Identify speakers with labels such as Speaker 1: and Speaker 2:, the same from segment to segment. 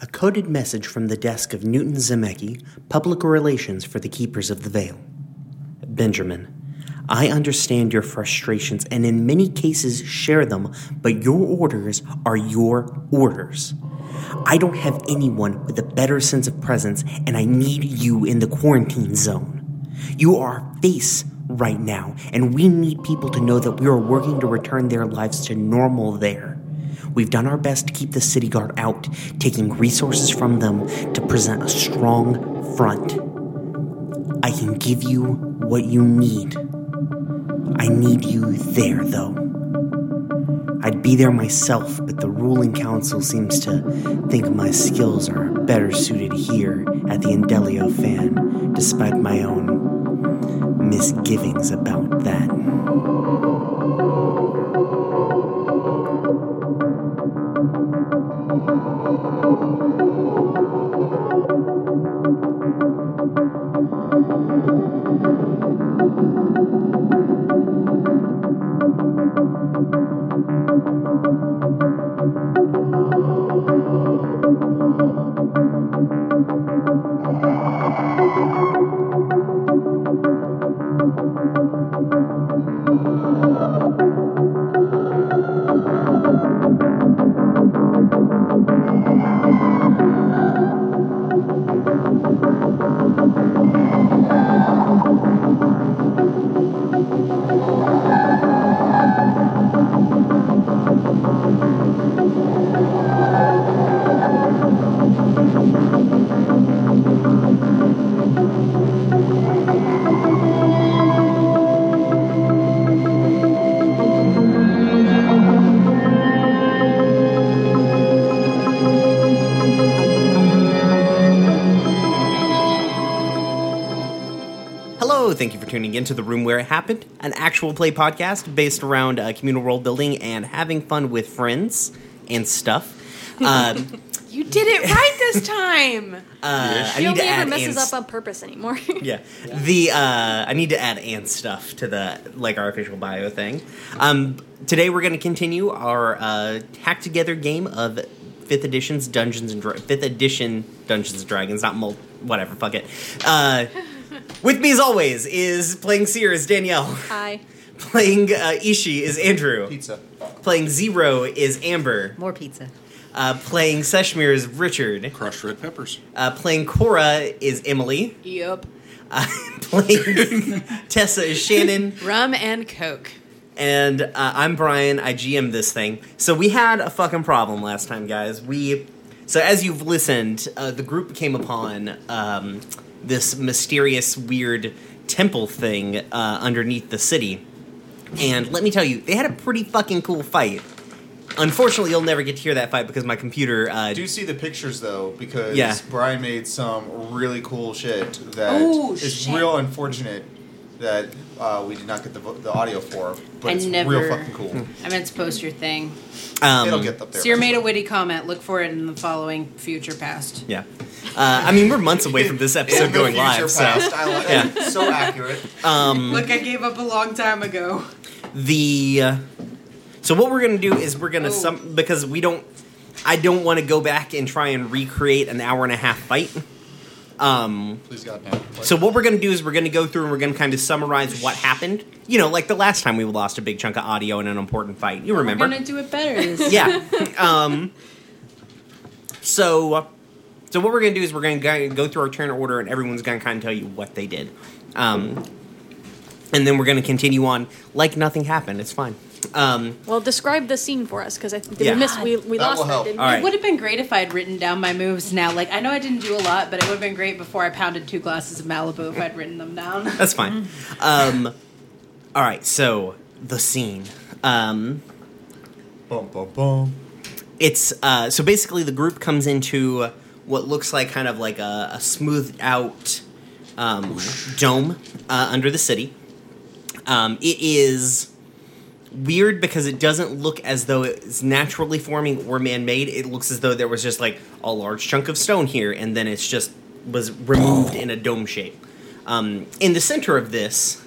Speaker 1: A coded message from the desk of Newton Zemecki, Public Relations for the Keepers of the Veil. Benjamin, I understand your frustrations and in many cases share them, but your orders are your orders. I don't have anyone with a better sense of presence, and I need you in the quarantine zone. You are our face right now, and we need people to know that we are working to return their lives to normal there. We've done our best to keep the city guard out, taking resources from them to present a strong front. I can give you what you need. I need you there, though. I'd be there myself, but the ruling council seems to think my skills are better suited here at the Indelio fan, despite my own misgivings about that. thank you for tuning into the room where it happened an actual play podcast based around uh, communal world building and having fun with friends and stuff um,
Speaker 2: you did it right this time
Speaker 1: uh,
Speaker 3: she only ever messes up on purpose anymore
Speaker 1: yeah. yeah. the uh, i need to add and stuff to the like our official bio thing um, today we're going to continue our uh, hack together game of fifth edition's dungeons and Dra- fifth edition dungeons and dragons not mul- whatever fuck it uh, With me, as always, is playing Seer is Danielle.
Speaker 3: Hi.
Speaker 1: Playing uh, Ishi is Andrew.
Speaker 4: Pizza.
Speaker 1: Playing Zero is Amber.
Speaker 5: More pizza.
Speaker 1: Uh, playing Seshmir is Richard.
Speaker 4: Crushed red peppers.
Speaker 1: Uh, playing Cora is Emily.
Speaker 2: Yep.
Speaker 1: Uh, playing Tessa is Shannon.
Speaker 2: Rum and Coke.
Speaker 1: And uh, I'm Brian. I GM this thing. So we had a fucking problem last time, guys. We so as you've listened, uh, the group came upon. Um, this mysterious, weird temple thing uh, underneath the city. And let me tell you, they had a pretty fucking cool fight. Unfortunately, you'll never get to hear that fight because my computer. Uh,
Speaker 4: Do see the pictures though, because
Speaker 1: Yeah.
Speaker 4: Brian made some really cool shit that is
Speaker 2: Oh, shit.
Speaker 4: real unfortunate that uh, we did not get the, vo- the audio for, but
Speaker 6: I
Speaker 4: it's
Speaker 6: never-
Speaker 4: real fucking cool.
Speaker 6: I meant to post your thing.
Speaker 4: Hmm.
Speaker 1: um,
Speaker 4: It'll get up there.
Speaker 6: Sear made a witty comment. Look for it in the following future past.
Speaker 1: Yeah. Uh, I mean, we're months away from this
Speaker 4: In
Speaker 1: episode
Speaker 4: the
Speaker 1: going
Speaker 4: future
Speaker 1: live, so.
Speaker 4: past, I like
Speaker 1: Yeah. Um,
Speaker 4: So accurate. Um,
Speaker 6: Look, I gave up a long time ago.
Speaker 1: the uh, so what we're gonna do is we're gonna
Speaker 6: Oh.
Speaker 1: sum because we don't i don't want to go back and try and recreate an hour and a half fight um
Speaker 4: Please God no.
Speaker 1: so what we're gonna do is we're gonna go through and we're gonna kind of summarize what happened you know like the last time we lost a big chunk of audio in an important fight you remember
Speaker 6: We're gonna do it better. This
Speaker 1: yeah um so so what we're gonna do is we're gonna go- go through our turn order and everyone's gonna kind of tell you what they did um and then we're gonna continue on like nothing happened it's fine um
Speaker 3: well describe the scene for us because i think
Speaker 1: Yeah.
Speaker 3: we missed we, we
Speaker 4: That
Speaker 3: lost
Speaker 4: will help.
Speaker 3: that didn't
Speaker 1: All right.
Speaker 6: It would have been great if I had written down my moves now. Like I know I didn't do a lot, but it would have been great before I pounded two glasses of Malibu if I'd written them down.
Speaker 1: That's fine. Um, all right, so the scene. Um,
Speaker 4: Bum bum bum.
Speaker 1: it's uh, so basically the group comes into what looks like kind of like a, a smoothed out um, dome uh, under the city. Um, it is weird because it doesn't look as though it's naturally forming or man-made. It looks as though there was just like a large chunk of stone here, and then it's just was removed in a dome shape. Um, in the center of this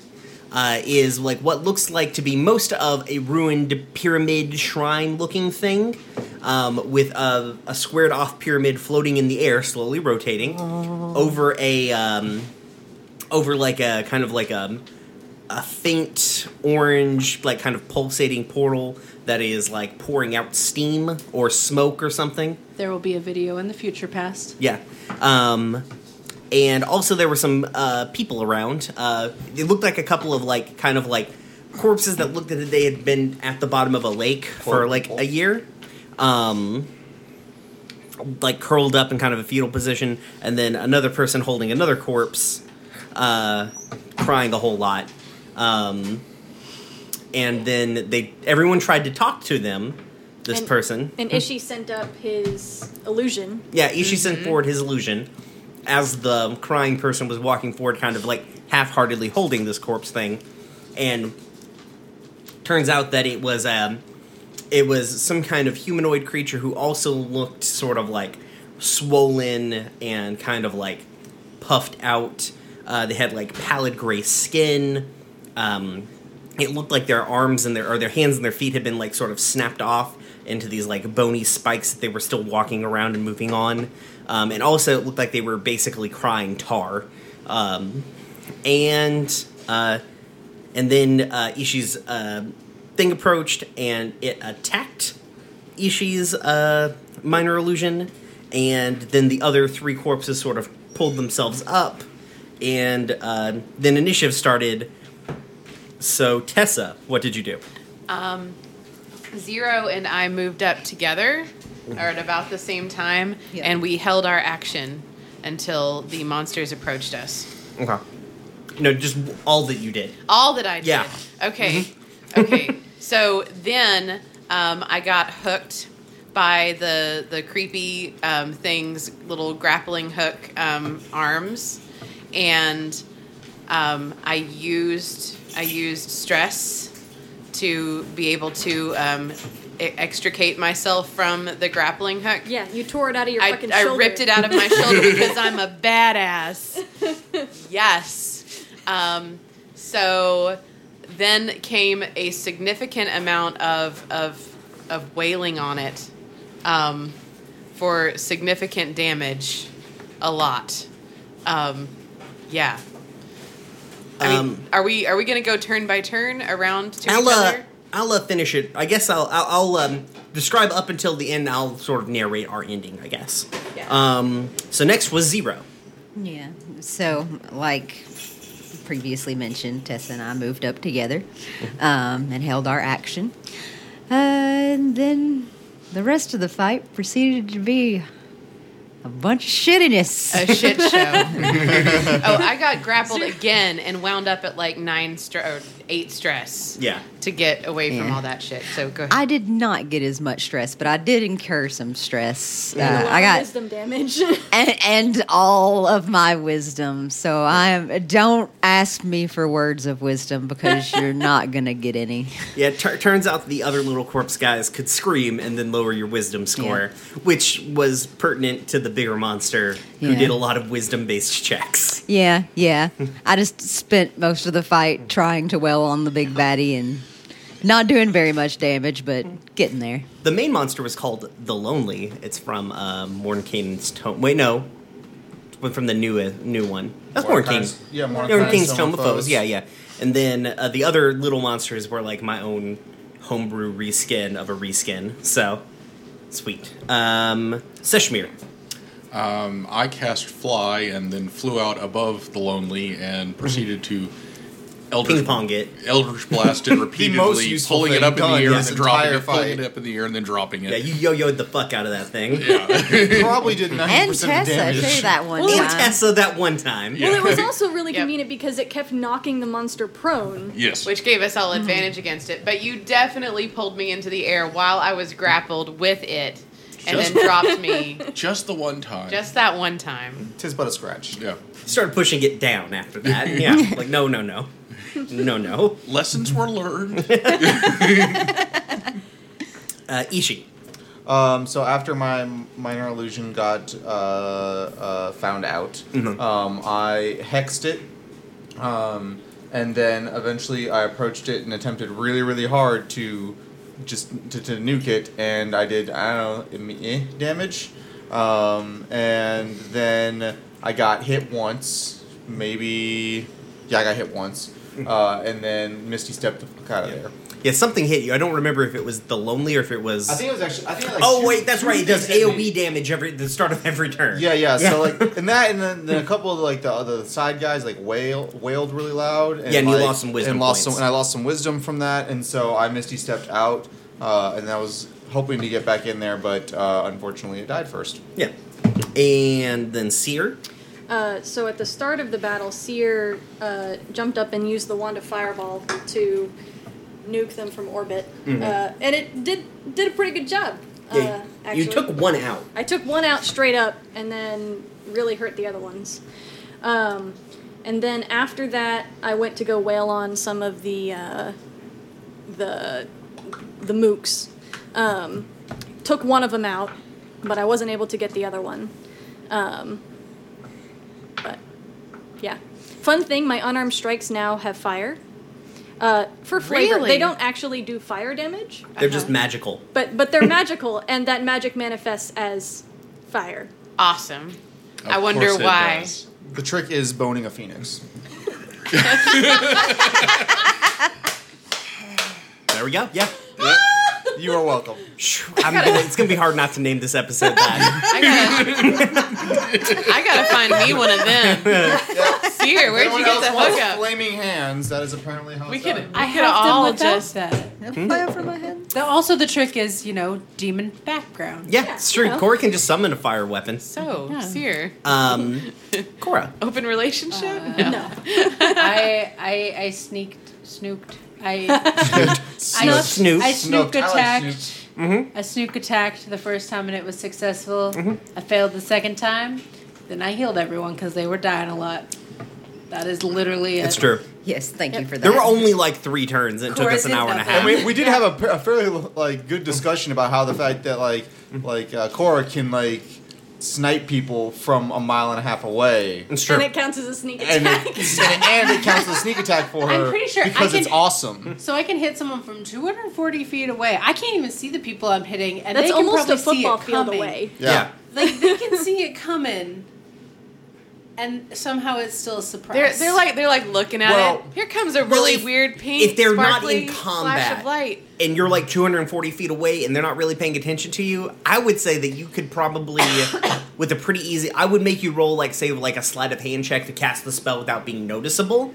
Speaker 1: uh, is like what looks like to be most of a ruined pyramid shrine-looking thing. um, with a, a squared off pyramid floating in the air, slowly rotating over a um, over like a kind of like a a faint orange, like kind of pulsating portal that is like pouring out steam or smoke or something.
Speaker 6: There will be a video in the future past.
Speaker 1: Yeah. Um, and also there were some uh, people around. Uh, it looked like a couple of like kind of like corpses that looked as if they had been at the bottom of a lake for
Speaker 4: Poor
Speaker 1: like
Speaker 4: people.
Speaker 1: a year. Um, like curled up in kind of a fetal position, and then another person holding another corpse, uh, crying a whole lot. Um, and then they everyone tried to talk to them. This
Speaker 3: And-
Speaker 1: person,
Speaker 3: And Ishi sent up his illusion.
Speaker 1: yeah, Ishi sent forward his illusion as the crying person was walking forward, kind of like half heartedly holding this corpse thing. And turns out that it was um, it was some kind of humanoid creature who also looked sort of like swollen and kind of like puffed out. Uh, they had like pallid gray skin. Um, it looked like their arms and their or their hands and their feet had been like sort of snapped off into these like bony spikes that they were still walking around and moving on. Um, and also, it looked like they were basically crying tar. Um, and uh, and then uh, Ishi's uh, thing approached and it attacked Ishi's uh, minor illusion, and then the other three corpses sort of pulled themselves up, and uh, then initiative started. So Tessa, what did you do?
Speaker 2: Um, Zero and I moved up together, or at about the same time,
Speaker 6: Yeah.
Speaker 2: and we held our action until the monsters approached us.
Speaker 1: Okay. No, just all that you did.
Speaker 2: All that I did.
Speaker 1: Yeah. Mm-hmm.
Speaker 2: Okay. okay. So then um, I got hooked by the the creepy um, things, little grappling hook um, arms, and um, I used I used stress to be able to um, e- extricate myself from the grappling hook.
Speaker 3: Yeah, you tore it out of your
Speaker 2: I,
Speaker 3: fucking shoulder.
Speaker 2: I ripped it out of my shoulder because I'm a badass. Yes. Um, so then came a significant amount of of of wailing on it um, for significant damage, a lot. Um, yeah. I mean,
Speaker 1: Um,
Speaker 2: are we are we gonna go turn by turn around to each
Speaker 1: I'll uh,
Speaker 2: other?
Speaker 1: I'll uh, finish it. I guess I'll I'll, I'll um, describe up until the end. I'll sort of narrate our ending. I guess.
Speaker 2: Yeah.
Speaker 1: Um. So next was zero.
Speaker 5: Yeah. So, like previously mentioned, Tessa and I moved up together um, and held our action. Uh, and then the rest of the fight proceeded to be a bunch of shittiness.
Speaker 2: a shit show. oh, I got grappled again and wound up at like nine str or eight stress.
Speaker 1: Yeah.
Speaker 2: To get away from
Speaker 5: Yeah.
Speaker 2: all that shit. So go ahead.
Speaker 5: I did not get as much stress, but I did incur some stress. Uh,
Speaker 3: A lot
Speaker 5: I
Speaker 3: of
Speaker 5: got
Speaker 3: wisdom damage.
Speaker 5: and, and all of my wisdom. So I am. Don't ask me for words of wisdom because you're not gonna get any.
Speaker 1: Yeah, it tur turns out the other little corpse guys could scream and then lower your wisdom score, which was pertinent to the bigger monster who
Speaker 5: Yeah.
Speaker 1: did a lot of wisdom based checks.
Speaker 5: Yeah, yeah. I just spent most of the fight trying to well on the big baddie and not doing very much damage, but getting there.
Speaker 1: The main monster was called the Lonely. It's from uh, Mornkane's Tome. Wait, no, It's one from the new uh, new one. That's Mornkane's.
Speaker 4: Mornkane's- yeah, Mornkane's
Speaker 1: Mornkane's
Speaker 4: Tome
Speaker 1: Tome
Speaker 4: of
Speaker 1: of Foes.
Speaker 4: Foes.
Speaker 1: Yeah, yeah. And then uh, the other little monsters were like my own homebrew reskin of a reskin. So sweet. Um, Seshmir.
Speaker 7: Um, I cast fly and then flew out above the lonely and proceeded to eldritch,
Speaker 1: Ping pong it.
Speaker 7: eldritch blast it repeatedly,
Speaker 4: useful
Speaker 7: pulling it
Speaker 4: thing
Speaker 7: up in the
Speaker 4: done
Speaker 7: air and
Speaker 4: this
Speaker 7: then dropping
Speaker 4: entire
Speaker 7: it, pulling
Speaker 4: fight.
Speaker 7: it up in the air and then dropping it.
Speaker 1: Yeah, you yo-yoed the fuck out of that thing.
Speaker 4: Probably did 90%
Speaker 5: And
Speaker 4: of
Speaker 5: Tessa
Speaker 4: damage.
Speaker 5: too that one
Speaker 1: and
Speaker 5: time.
Speaker 1: Tessa that one time.
Speaker 7: Yeah.
Speaker 3: Well, it was also really
Speaker 2: Yep.
Speaker 3: convenient because it kept knocking the monster prone.
Speaker 7: yes.
Speaker 2: Which gave us all advantage against it. But you definitely pulled me into the air while I was grappled with it and then
Speaker 7: Just-
Speaker 2: dropped me
Speaker 7: Just the one time.
Speaker 2: just that one time.
Speaker 4: Tis but a scratch.
Speaker 7: yeah.
Speaker 1: Started pushing it down after that. Yeah, like no, no, no, no, no.
Speaker 7: Lessons were learned.
Speaker 1: Uh, Ishi.
Speaker 4: Um, so after my m- minor illusion got uh, uh, found out,
Speaker 1: Mm-hmm.
Speaker 4: um, I hexed it, um, and then eventually I approached it and attempted really, really hard to just to, to nuke it, and I did I don't know eh, damage, um, and then I got hit once, maybe yeah I got hit once,
Speaker 1: Mm-hmm.
Speaker 4: uh, and then Misty stepped the fuck out of there.
Speaker 1: Yeah, something hit you. I don't remember if it was the lonely or if it was.
Speaker 4: I think it was actually I think like
Speaker 1: oh
Speaker 4: two-
Speaker 1: wait, that's
Speaker 4: two
Speaker 1: right. It does
Speaker 4: things hit me.
Speaker 1: AOE damage every the start of every turn.
Speaker 4: Yeah, yeah. So like, and that, and then, then a couple of like the other side guys like wail wailed really loud. And,
Speaker 1: Yeah, and you
Speaker 4: like-
Speaker 1: lost some wisdom
Speaker 4: And lost
Speaker 1: points.
Speaker 4: some, and I lost some wisdom from that. And so I misty stepped out, uh, and I was hoping to get back in there, but uh, unfortunately it died first.
Speaker 1: yeah. And then Seer.
Speaker 3: Uh, so at the start of the battle, Seer uh, jumped up and used the wand of fireball to nuke them from orbit, uh, and it did did a pretty good job.
Speaker 1: Yeah,
Speaker 3: uh,
Speaker 1: you
Speaker 3: actually.
Speaker 1: took one out.
Speaker 3: I took one out straight up, and then really hurt the other ones. Um, and then after that, I went to go wail on some of the uh, the the mooks. Um, took one of them out, but I wasn't able to get the other one. Um, but yeah, fun thing: my unarmed strikes now have fire. Uh, for flavor,
Speaker 2: Really?
Speaker 3: they don't actually do fire damage,
Speaker 1: They're just magical.
Speaker 3: but but they're magical, and that magic manifests as fire.
Speaker 2: Awesome.
Speaker 7: Of
Speaker 2: I wonder
Speaker 7: course it
Speaker 2: why.
Speaker 7: does.
Speaker 4: The trick is boning a phoenix.
Speaker 1: There we go. Yeah.
Speaker 4: You are welcome.
Speaker 1: I'm gonna, it's gonna be hard not to name this episode that.
Speaker 2: I gotta, I gotta find me one of them. Seer, where'd you
Speaker 4: Everyone
Speaker 2: get
Speaker 4: else
Speaker 2: the
Speaker 4: wants
Speaker 2: hookup?
Speaker 4: flaming hands. That is apparently how
Speaker 2: We
Speaker 4: it's
Speaker 2: could,
Speaker 4: done.
Speaker 2: we
Speaker 6: I
Speaker 2: could
Speaker 6: have them
Speaker 2: all
Speaker 6: without
Speaker 2: just.
Speaker 6: that.
Speaker 5: Fire from my head.
Speaker 6: The- also, the trick is you know demon background.
Speaker 1: Yeah, it's true.
Speaker 3: you know.
Speaker 1: Cora can just summon a fire weapon.
Speaker 2: So,
Speaker 6: Yeah.
Speaker 2: Seer,
Speaker 1: Um, Cora.
Speaker 2: open relationship?
Speaker 3: No,
Speaker 6: Uh, I, I I sneaked snooped. I I
Speaker 1: Snooped.
Speaker 6: I
Speaker 4: Snooped.
Speaker 6: snooped
Speaker 4: I like
Speaker 6: attacked.
Speaker 4: snooped.
Speaker 1: Mm-hmm.
Speaker 6: I snook attacked the first time and it was successful. I failed the second time. Then I healed everyone because they were dying a lot. That is literally it.
Speaker 1: It's true.
Speaker 5: Yes, thank you for that.
Speaker 1: There were only like three turns, and it took
Speaker 6: Cora
Speaker 1: us an
Speaker 6: did
Speaker 1: hour and a
Speaker 6: nothing.
Speaker 1: half. Mm-hmm.
Speaker 4: And we, we did have a, pa- a fairly like good discussion about how the fact that like like uh, Cora can like snipe people from a mile and a half away.
Speaker 1: It's true.
Speaker 3: and it counts as a sneak
Speaker 4: and
Speaker 3: attack.
Speaker 4: it, and, and it counts as a sneak attack for
Speaker 6: I'm
Speaker 4: her
Speaker 6: pretty sure I
Speaker 4: because it's
Speaker 6: can-
Speaker 4: awesome.
Speaker 6: So I can hit someone from 240 feet away. I can't even see the people I'm hitting, and
Speaker 3: That's
Speaker 6: they can
Speaker 3: almost
Speaker 6: probably
Speaker 3: a football
Speaker 6: see it
Speaker 3: field
Speaker 6: coming.
Speaker 3: away.
Speaker 1: yeah.
Speaker 4: Yeah.
Speaker 6: Like they can see it coming, and somehow it's still a surprise.
Speaker 2: They're, they're like they're like looking at
Speaker 4: Well,
Speaker 2: it. Here comes a
Speaker 1: well,
Speaker 2: really
Speaker 1: if-
Speaker 2: weird pink.
Speaker 1: if they're not in
Speaker 2: sparkly flash
Speaker 1: combat.
Speaker 2: of light.
Speaker 1: And you're like 240 feet away, and they're not really paying attention to you. I would say that you could probably, with a pretty easy, I would make you roll like say like a sleight of hand check to cast the spell without being noticeable.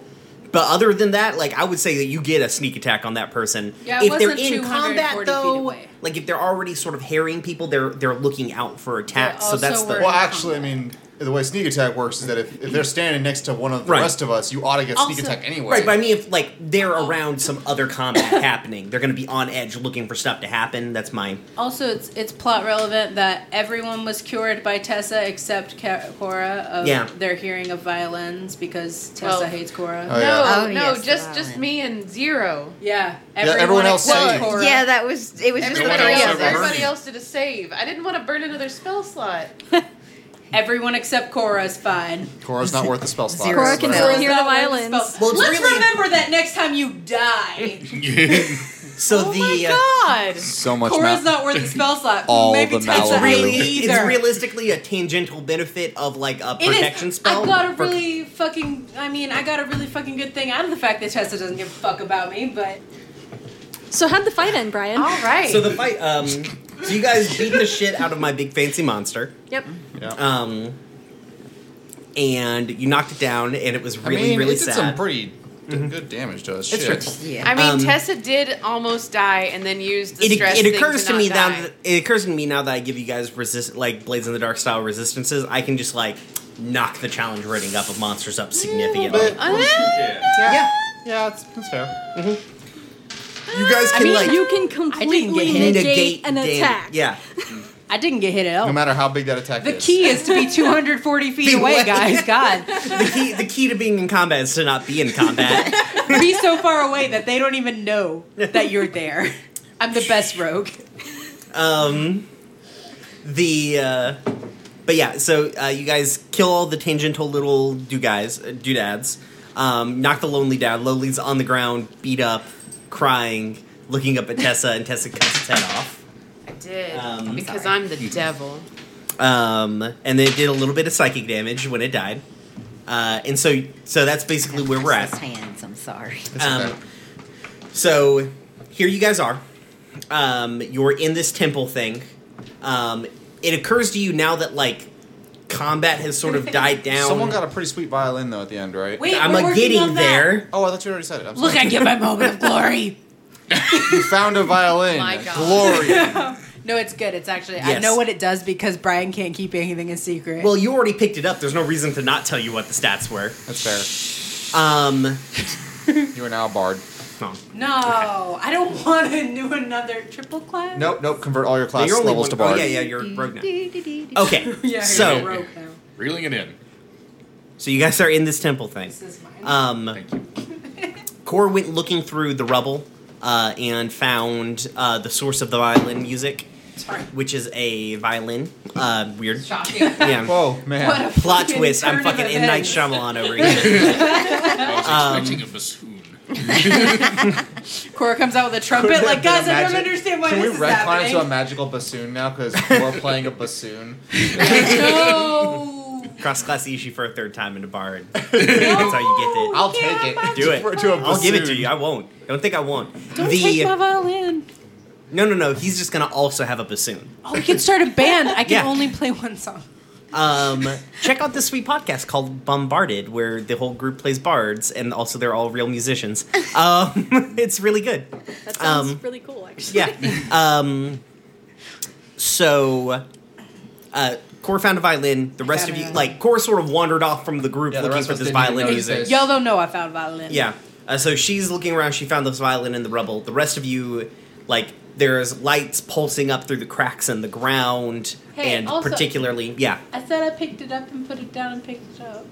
Speaker 1: But other than that, like I would say that you get a sneak attack on that person.
Speaker 6: Yeah, it
Speaker 1: if they're
Speaker 6: wasn't
Speaker 1: in
Speaker 6: 240
Speaker 1: combat
Speaker 6: feet
Speaker 1: though,
Speaker 6: away.
Speaker 1: like if they're already sort of harrying people, they're they're looking out for attacks. So
Speaker 6: also
Speaker 1: that's the
Speaker 6: were-
Speaker 4: Well, actually, I mean, the way sneak attack works is that if, if they're standing next to one of the
Speaker 1: Right.
Speaker 4: rest of us, you ought to get sneak
Speaker 6: Also- Oh.
Speaker 4: attack anyway.
Speaker 1: Right, but I mean, if like they're around some other combat happening, they're going to be on edge looking for stuff to happen. That's my
Speaker 6: also it's it's plot relevant that everyone was cured by Tessa except Ca- Cora of
Speaker 1: Yeah.
Speaker 6: their hearing of violins because Tessa
Speaker 2: Well-
Speaker 6: hates Cora.
Speaker 4: Oh, yeah.
Speaker 2: No,
Speaker 5: Oh,
Speaker 2: no,
Speaker 5: yes,
Speaker 2: just
Speaker 3: uh,
Speaker 5: the
Speaker 2: just
Speaker 5: violin.
Speaker 2: me and zero.
Speaker 6: Yeah,
Speaker 4: everyone else
Speaker 6: except
Speaker 4: saved.
Speaker 6: Cora.
Speaker 5: Yeah, that was it. Was just the three
Speaker 2: Everybody
Speaker 7: else ever
Speaker 5: of
Speaker 2: else,
Speaker 7: burned.
Speaker 5: us.
Speaker 2: everybody else did a save. I didn't want to burn another spell slot.
Speaker 6: Everyone except Cora is fine.
Speaker 4: Cora's not worth the spell slot.
Speaker 5: Zero. Cora
Speaker 3: can
Speaker 5: No.
Speaker 3: still
Speaker 5: It's
Speaker 3: hear the
Speaker 6: not worth
Speaker 3: violins.
Speaker 6: spell-
Speaker 1: Well, it's
Speaker 6: Let's
Speaker 1: really-
Speaker 6: remember that next time you die.
Speaker 1: so
Speaker 2: oh
Speaker 1: the
Speaker 2: my
Speaker 1: uh,
Speaker 2: god!
Speaker 4: so much
Speaker 6: Cora's
Speaker 4: math.
Speaker 6: not worth the spell slot.
Speaker 4: All
Speaker 6: Maybe
Speaker 4: the
Speaker 6: Tessa
Speaker 4: Malibu.
Speaker 1: really
Speaker 6: ain't
Speaker 1: it's
Speaker 6: either.
Speaker 1: realistically a tangential benefit of like a
Speaker 6: It is.
Speaker 1: protection spell.
Speaker 6: I got a
Speaker 1: for-
Speaker 6: really fucking. I mean, I got a really fucking good thing out of the fact that Tessa doesn't give a fuck about me. But
Speaker 3: So how'd the fight end, Brian?
Speaker 2: All right.
Speaker 1: so the fight. Um, so you guys beat the shit out of my big fancy monster.
Speaker 3: Yep.
Speaker 4: Yeah.
Speaker 1: Um, and you knocked it down, and it was
Speaker 4: I
Speaker 1: really
Speaker 4: mean,
Speaker 1: really
Speaker 4: it did
Speaker 1: sad. Mm-hmm.
Speaker 4: some pretty d- good damage to us.
Speaker 1: It's
Speaker 4: Shit.
Speaker 1: true.
Speaker 5: Yeah.
Speaker 2: I mean,
Speaker 1: Um,
Speaker 2: Tessa did almost die and then used the
Speaker 1: it,
Speaker 2: stress.
Speaker 1: it
Speaker 2: thing
Speaker 1: occurs to
Speaker 2: not
Speaker 1: me
Speaker 2: die.
Speaker 1: now that it occurs to me now that I give you guys resist like blades in the dark style resistances. I can just like knock the challenge rating up of monsters up significantly.
Speaker 4: bit.
Speaker 2: Uh,
Speaker 1: Yeah,
Speaker 4: Yeah, that's, that's fair.
Speaker 6: Mm-hmm.
Speaker 1: you guys can
Speaker 3: I mean,
Speaker 1: like
Speaker 3: you can completely negate, an
Speaker 1: dam-
Speaker 3: attack.
Speaker 1: Yeah,
Speaker 6: I didn't get hit at all.
Speaker 4: No matter how big that attack
Speaker 6: Oh. the
Speaker 4: is.
Speaker 6: key is to be 240 feet
Speaker 1: Be
Speaker 6: away,
Speaker 1: away.
Speaker 6: guys. God,
Speaker 1: the key the key to being in combat is to not be in combat.
Speaker 6: be so far away that they don't even know that you're there. I'm the best rogue.
Speaker 1: um, the uh, but yeah, so uh, you guys kill all the tangential little do guys uh, doodads, um, knock the lonely down. Lonely's on the ground, beat up, crying. looking up at Tessa, and Tessa cuts his head off.
Speaker 2: I did
Speaker 1: Um,
Speaker 2: because
Speaker 5: sorry.
Speaker 2: I'm the devil.
Speaker 1: Um, and then it did a little bit of psychic damage when it died. Uh, and so, so that's basically where we're at.
Speaker 5: Hands. I'm sorry.
Speaker 4: It's
Speaker 1: Um,
Speaker 4: okay.
Speaker 1: so here you guys are. Um, you're in this temple thing. Um, it occurs to you now that like combat has sort of died down.
Speaker 4: Someone got a pretty sweet violin though at the end, right?
Speaker 6: Wait,
Speaker 1: I'm
Speaker 6: we're
Speaker 1: a
Speaker 6: working
Speaker 1: getting
Speaker 6: on that.
Speaker 1: there.
Speaker 4: Oh, I thought you already said it. I'm
Speaker 6: Look,
Speaker 4: sorry.
Speaker 6: I get my moment of glory.
Speaker 4: you found a violin.
Speaker 2: My God.
Speaker 4: Glory.
Speaker 6: No, it's good. It's actually I
Speaker 1: Yes.
Speaker 6: know what it does because Brian can't keep anything a secret.
Speaker 1: Well, you already picked it up. There's no reason to not tell you what the stats were.
Speaker 4: That's
Speaker 1: Um,
Speaker 4: fair. You are now a bard.
Speaker 1: no.
Speaker 6: no, I don't want to do another triple class.
Speaker 4: Nope, nope. Convert all your class
Speaker 1: you're only
Speaker 4: levels
Speaker 1: one-
Speaker 4: to bard.
Speaker 1: Oh, yeah, yeah, you're
Speaker 6: Mm.
Speaker 1: rogue now.
Speaker 5: Oh.
Speaker 1: Okay,
Speaker 6: Yeah,
Speaker 1: so
Speaker 6: you're rogue now.
Speaker 7: Reeling it in.
Speaker 1: so you guys are in this temple thing.
Speaker 6: This is mine.
Speaker 1: Um,
Speaker 7: Thank you.
Speaker 1: Core went looking through the rubble uh, and found uh, the source of the violin music,
Speaker 6: Sorry.
Speaker 1: which is a violin. Uh, weird.
Speaker 6: Shocking.
Speaker 1: Yeah.
Speaker 4: Whoa, man.
Speaker 6: What a
Speaker 1: Plot
Speaker 6: fucking
Speaker 1: twist. I'm
Speaker 6: turn of
Speaker 1: fucking M. Night
Speaker 6: events.
Speaker 1: Shyamalan over here. Um,
Speaker 7: I was expecting a bassoon.
Speaker 6: Cora comes out with a trumpet. Like, guys, I don't understand why
Speaker 4: Can
Speaker 6: this
Speaker 4: we
Speaker 6: is
Speaker 4: redline
Speaker 6: happening.
Speaker 4: it to a magical bassoon now? Because we're playing a bassoon.
Speaker 6: no.
Speaker 1: Cross class issue for a third time in a bar. That's how you
Speaker 4: I'll
Speaker 6: Yeah,
Speaker 4: take
Speaker 6: my-
Speaker 4: it.
Speaker 1: get it. Do it.
Speaker 4: We're to a
Speaker 1: I'll give it to
Speaker 4: bassoon.
Speaker 1: you. I won't. Don't think I won't.
Speaker 6: Don't
Speaker 1: the uh,
Speaker 6: take my violin.
Speaker 1: no, no, no. He's just gonna also have a bassoon.
Speaker 6: Oh, we can start a band. I can
Speaker 1: Yeah.
Speaker 6: only play one song.
Speaker 1: Um, check out this sweet podcast called Bombarded, where the whole group plays bards, and also they're all real musicians. Um, it's really good.
Speaker 3: That sounds
Speaker 1: Um,
Speaker 3: really cool, actually.
Speaker 1: Yeah. Um, so, uh, Core found a violin. The rest of you,
Speaker 6: gotta-
Speaker 1: like, Core sort of wandered off from the group
Speaker 4: Yeah, the
Speaker 1: looking
Speaker 4: rest
Speaker 1: for
Speaker 4: of us
Speaker 1: this
Speaker 4: didn't even
Speaker 1: violin
Speaker 4: notice
Speaker 1: music.
Speaker 4: this.
Speaker 6: Y'all don't know I found violin.
Speaker 1: Yeah. Uh, so she's looking around. She found this violin in the rubble. The rest of you, like, there's lights pulsing up through the cracks in the ground,
Speaker 6: Hey,
Speaker 1: and
Speaker 6: also-
Speaker 1: particularly, yeah,
Speaker 6: I said I picked it up and put it down and picked it up.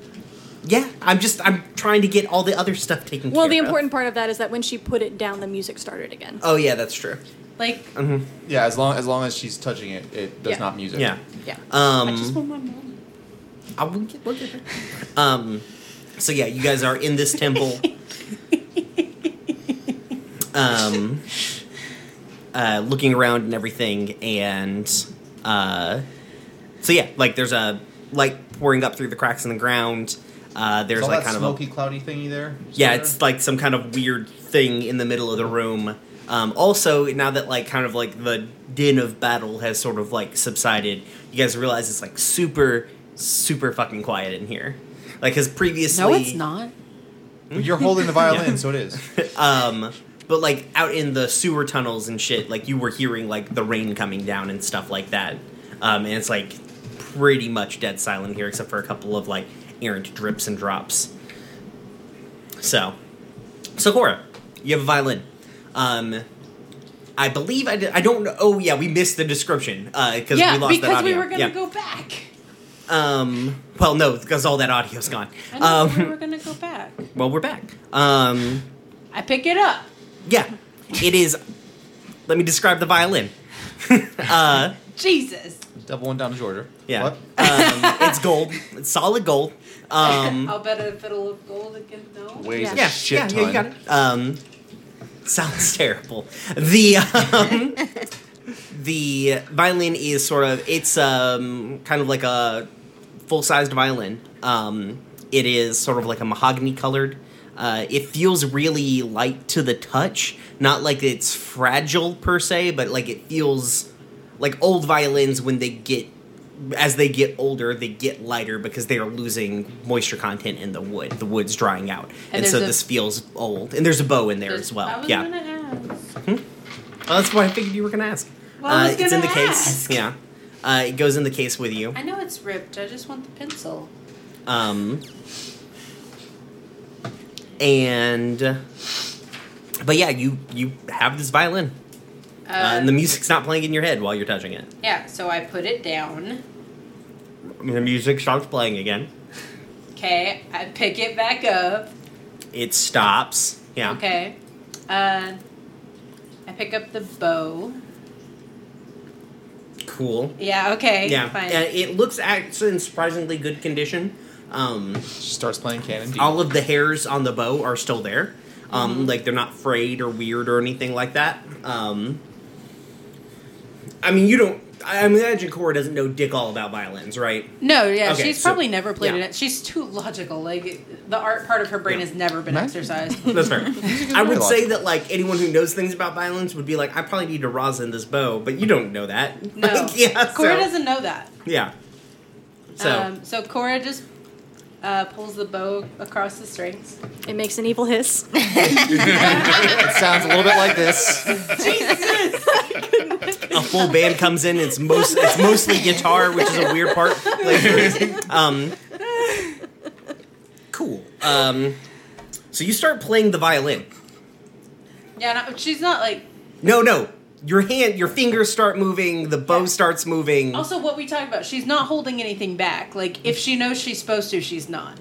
Speaker 1: yeah. I'm just I'm trying to get all the other stuff taken.
Speaker 3: Well,
Speaker 1: care
Speaker 3: the
Speaker 1: of.
Speaker 3: important part of that is that when she put it down, the music started again.
Speaker 1: Oh yeah, that's true.
Speaker 6: Like,
Speaker 4: Yeah, as long as long as she's touching it, it does
Speaker 3: Yeah.
Speaker 4: not music.
Speaker 1: Yeah.
Speaker 3: Yeah.
Speaker 1: Um,
Speaker 6: I just want my mom.
Speaker 1: I will get, we'll get there. Um, so yeah, you guys are in this temple. um, uh, looking around and everything, and uh, so yeah, like there's a light pouring up through the cracks in the ground. Uh, there's
Speaker 4: There's all
Speaker 1: like
Speaker 4: that
Speaker 1: kind
Speaker 4: smoky,
Speaker 1: of
Speaker 4: cloudy thingy there.
Speaker 1: a, yeah,
Speaker 4: Sarah?
Speaker 1: it's like some kind of weird thing in the middle of the room. Um, also, now that like kind of like the din of battle has sort of like subsided, you guys realize it's like super, super fucking quiet in here. Like, because previously,
Speaker 6: No, it's not.
Speaker 4: you're holding the violin, so it is.
Speaker 1: um but like out in the sewer tunnels and shit like you were hearing like the rain coming down and stuff like that um and it's like pretty much dead silent here except for a couple of like errant drips and drops so so Cora, you have a violin um I believe I, did, I don't know. Oh yeah, we missed the description uh, because
Speaker 6: Yeah,
Speaker 1: we lost that
Speaker 6: because
Speaker 1: audio.
Speaker 6: we were gonna
Speaker 1: yeah.
Speaker 6: go back.
Speaker 1: Um, well, no, because all that audio's gone.
Speaker 6: I know we were
Speaker 1: Um,
Speaker 6: gonna go back.
Speaker 1: well, we're back. Um,
Speaker 6: I pick it up.
Speaker 1: Yeah, it is. Let me describe the violin. uh,
Speaker 6: Jesus.
Speaker 4: Double one down to Georgia.
Speaker 1: yeah,
Speaker 4: What?
Speaker 1: um, it's gold. It's solid gold. Um,
Speaker 6: I'll bet a fiddle of gold again. No.
Speaker 4: Weighs
Speaker 3: Yeah.
Speaker 4: a
Speaker 1: yeah,
Speaker 4: shit
Speaker 1: yeah,
Speaker 4: ton.
Speaker 1: yeah, you got it. Um, sounds terrible. The um, the violin is sort of it's um kind of like a full sized violin. Um, it is sort of like a mahogany colored. Uh, it feels really light to the touch. Not like it's fragile per se, but like it feels like old violins when they get as they get older they get lighter because they are losing moisture content in the wood the wood's drying out and,
Speaker 6: there's
Speaker 1: so
Speaker 6: a-
Speaker 1: this feels old and there's a bow in there as
Speaker 6: I
Speaker 1: well
Speaker 6: was
Speaker 1: yeah
Speaker 6: gonna ask.
Speaker 1: Well, that's what i figured you were gonna ask Uh,
Speaker 6: Well, I was
Speaker 1: it's in the
Speaker 6: gonna
Speaker 1: case
Speaker 6: ask.
Speaker 1: yeah uh, it goes in the case with you
Speaker 6: I know it's ripped. I just want the pencil.
Speaker 1: Um, and but yeah, you you have this violin,
Speaker 6: Uh,
Speaker 1: uh, and the music's not playing in your head while you're touching it.
Speaker 6: yeah. So I put it down.
Speaker 1: The music stops playing again.
Speaker 6: Okay. I pick it back up.
Speaker 1: It stops. Yeah.
Speaker 6: Okay. Uh, I pick up the bow.
Speaker 1: Cool.
Speaker 6: Yeah. Okay.
Speaker 1: Yeah.
Speaker 6: Fine.
Speaker 1: Uh, it looks act- in surprisingly good condition. Um,
Speaker 4: She starts playing Canon D.
Speaker 1: all of the hairs on the bow are still there. Um,
Speaker 6: Mm-hmm.
Speaker 1: Like they're not frayed or weird or anything like that. Um, I mean, you don't. I I imagine Cora doesn't know dick all about violins, right?
Speaker 6: No, yeah,
Speaker 1: Okay,
Speaker 6: she's
Speaker 1: so-
Speaker 6: probably never played
Speaker 1: yeah.
Speaker 6: it. She's too logical. Like the art part of her brain
Speaker 1: Yeah.
Speaker 6: has never been
Speaker 4: Right.
Speaker 6: exercised.
Speaker 1: That's fair. I would
Speaker 4: Logical.
Speaker 1: say that like anyone who knows things about violins would be like, I probably need to rosin this bow, but you don't know that.
Speaker 6: No,
Speaker 1: Like, yeah,
Speaker 6: Cora
Speaker 1: so-
Speaker 6: doesn't know that.
Speaker 1: Yeah. So
Speaker 6: um, so Cora just uh, pulls the bow across the strings.
Speaker 3: It makes an evil hiss.
Speaker 4: It sounds a little bit like this.
Speaker 1: a full band comes in. It's most it's mostly guitar, which is a weird part. Like, there's- um, cool. Um, so you start playing the violin.
Speaker 6: Yeah, no, she's not like.
Speaker 1: No, no, your hand, your fingers start moving. The bow starts moving.
Speaker 6: Also, what we talked about, she's not holding anything back. Like if she knows she's supposed to, she's not.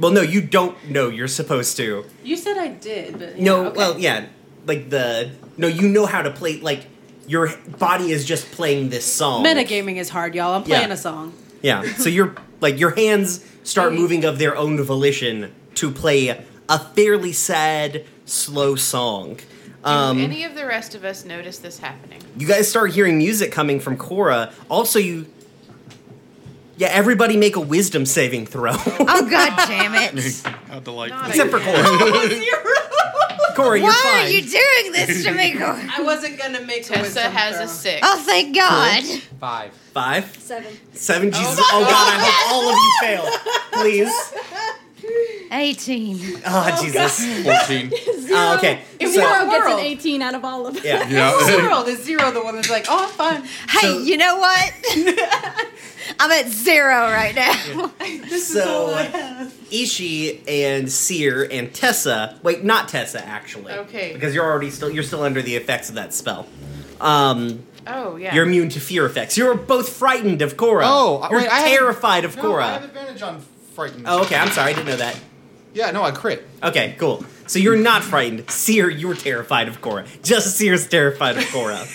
Speaker 1: Well, no, you don't know. You're supposed to.
Speaker 6: You said I did, but yeah,
Speaker 1: No,
Speaker 6: okay.
Speaker 1: well, yeah, like the no, you know how to play. Like your body is just playing this song.
Speaker 6: Metagaming is hard, y'all. I'm playing
Speaker 1: Yeah.
Speaker 6: a song.
Speaker 1: Yeah. So you're like your hands start moving of their own volition to play a fairly sad, slow song. Um,
Speaker 2: Do any of the rest of us notice this happening?
Speaker 1: You guys start hearing music coming from Cora. Also, you. Yeah, everybody make a wisdom saving throw.
Speaker 5: Oh god damn it!
Speaker 7: How delightful.
Speaker 2: Not
Speaker 1: Except for Cora. Cora, you're
Speaker 5: Why
Speaker 1: fine.
Speaker 5: are you doing this to me? Cor-
Speaker 6: I wasn't gonna make her
Speaker 2: Tessa
Speaker 6: wisdom
Speaker 2: has
Speaker 6: throw.
Speaker 2: a six.
Speaker 5: Oh thank God!
Speaker 4: Five.
Speaker 1: Five,
Speaker 3: Seven.
Speaker 1: seven, Jesus. Oh, God, I hope all of you fail. Please.
Speaker 5: Eighteen.
Speaker 1: Oh, Jesus.
Speaker 7: 14.
Speaker 1: Oh, okay.
Speaker 3: If
Speaker 1: So-
Speaker 3: Zero gets an
Speaker 6: World.
Speaker 3: 18 out of all of them.
Speaker 1: yeah.
Speaker 7: Yeah.
Speaker 6: Zero. The zero, the one that's like, oh, I'm fine.
Speaker 5: Hey,
Speaker 1: So-
Speaker 5: you know what? I'm at zero right now. uh,
Speaker 1: So Ishi and Seer and Tessa. Wait, not Tessa actually.
Speaker 2: Okay.
Speaker 1: Because you're already still you're still under the effects of that spell. Um,
Speaker 2: Oh yeah.
Speaker 1: you're immune to fear effects. You're both frightened of Korra.
Speaker 4: Oh, I-
Speaker 1: you're
Speaker 4: wait, I haven't-
Speaker 1: terrified of
Speaker 4: No, I have
Speaker 1: Korra.
Speaker 4: advantage on frightened.
Speaker 1: Oh, okay. I'm sorry. I didn't know that.
Speaker 4: Yeah, no, I crit.
Speaker 1: Okay, cool. So you're not frightened. Seer, you're terrified of Korra. Just Seer's terrified of Korra.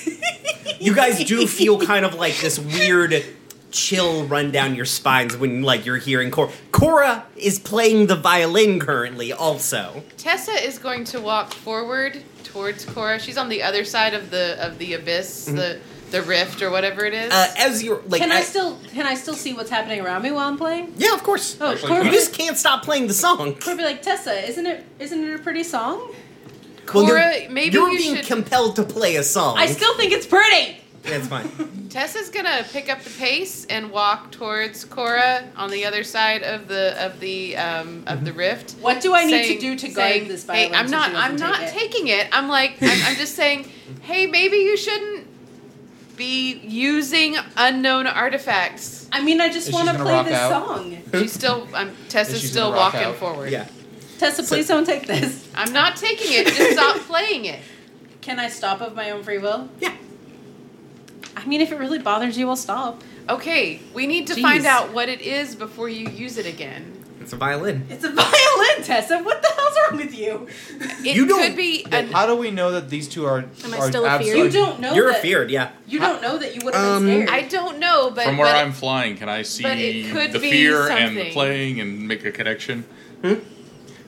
Speaker 1: you guys do feel kind of like this weird chill run down your spines when like you're hearing Korra. Korra is playing the violin currently also.
Speaker 2: Tessa is going to walk forward towards Cora. She's on the other side of the of the abyss, the the rift or whatever it is.
Speaker 1: Mm-hmm. Uh, as you're like
Speaker 6: Can I
Speaker 1: as-
Speaker 6: still can I still see what's happening around me while I'm playing?
Speaker 1: Yeah, of course.
Speaker 6: Oh,
Speaker 7: Actually,
Speaker 6: Cora,
Speaker 1: You just can't stop playing the song.
Speaker 6: Cora be like Tessa, isn't it isn't it a pretty song?
Speaker 1: Well, you're-
Speaker 2: Cora, maybe
Speaker 1: you're
Speaker 2: you
Speaker 1: being
Speaker 2: should-
Speaker 1: compelled to play a song.
Speaker 6: I still think it's pretty.
Speaker 1: That's fine.
Speaker 2: Tessa's gonna pick up the pace and walk towards Cora on the other side of the of the um, of
Speaker 4: Mm-hmm.
Speaker 2: the rift.
Speaker 6: What do I need to
Speaker 2: saying-
Speaker 6: do to guard
Speaker 2: saying,
Speaker 6: this
Speaker 2: Hey,
Speaker 6: violence?
Speaker 2: I'm
Speaker 6: so
Speaker 2: not.
Speaker 6: she doesn't
Speaker 2: I'm not
Speaker 6: take it?"
Speaker 2: taking it. I'm like. I'm, I'm just saying. Hey, maybe you shouldn't be using unknown artifacts.
Speaker 6: I mean, I just
Speaker 4: Is
Speaker 6: want
Speaker 4: she's
Speaker 6: to
Speaker 4: gonna
Speaker 6: play
Speaker 4: rock
Speaker 6: this
Speaker 4: out?
Speaker 6: song.
Speaker 2: She's still. I'm,
Speaker 4: Is
Speaker 2: Tessa's
Speaker 4: she
Speaker 2: still
Speaker 4: gonna rock
Speaker 2: walking
Speaker 4: out?
Speaker 2: forward.
Speaker 1: Yeah.
Speaker 6: Tessa, please don't take this.
Speaker 2: I'm not taking it. Just stop playing it.
Speaker 6: Can I stop of my own free will?
Speaker 1: Yeah.
Speaker 6: I mean, if it really bothers you, I'll stop.
Speaker 2: Okay, we need to
Speaker 6: Jeez.
Speaker 2: find out what it is before you use it again.
Speaker 1: It's a violin.
Speaker 6: It's a violin, Tessa. What the hell's wrong with you?
Speaker 2: It
Speaker 1: You don't-
Speaker 2: could be an
Speaker 4: How do we know that these two are?
Speaker 3: Am I
Speaker 4: are
Speaker 3: still a
Speaker 4: abs-
Speaker 3: fear?
Speaker 6: You
Speaker 4: are-
Speaker 6: don't know.
Speaker 1: You're
Speaker 6: that,
Speaker 1: feared, yeah.
Speaker 6: You don't know that you would have
Speaker 1: Um,
Speaker 6: been scared.
Speaker 2: I don't know, but
Speaker 7: From where
Speaker 2: but-
Speaker 7: I'm flying, can I
Speaker 2: but
Speaker 7: see
Speaker 2: it could
Speaker 7: the
Speaker 2: be
Speaker 7: fear and the
Speaker 2: something.
Speaker 7: playing and make a connection?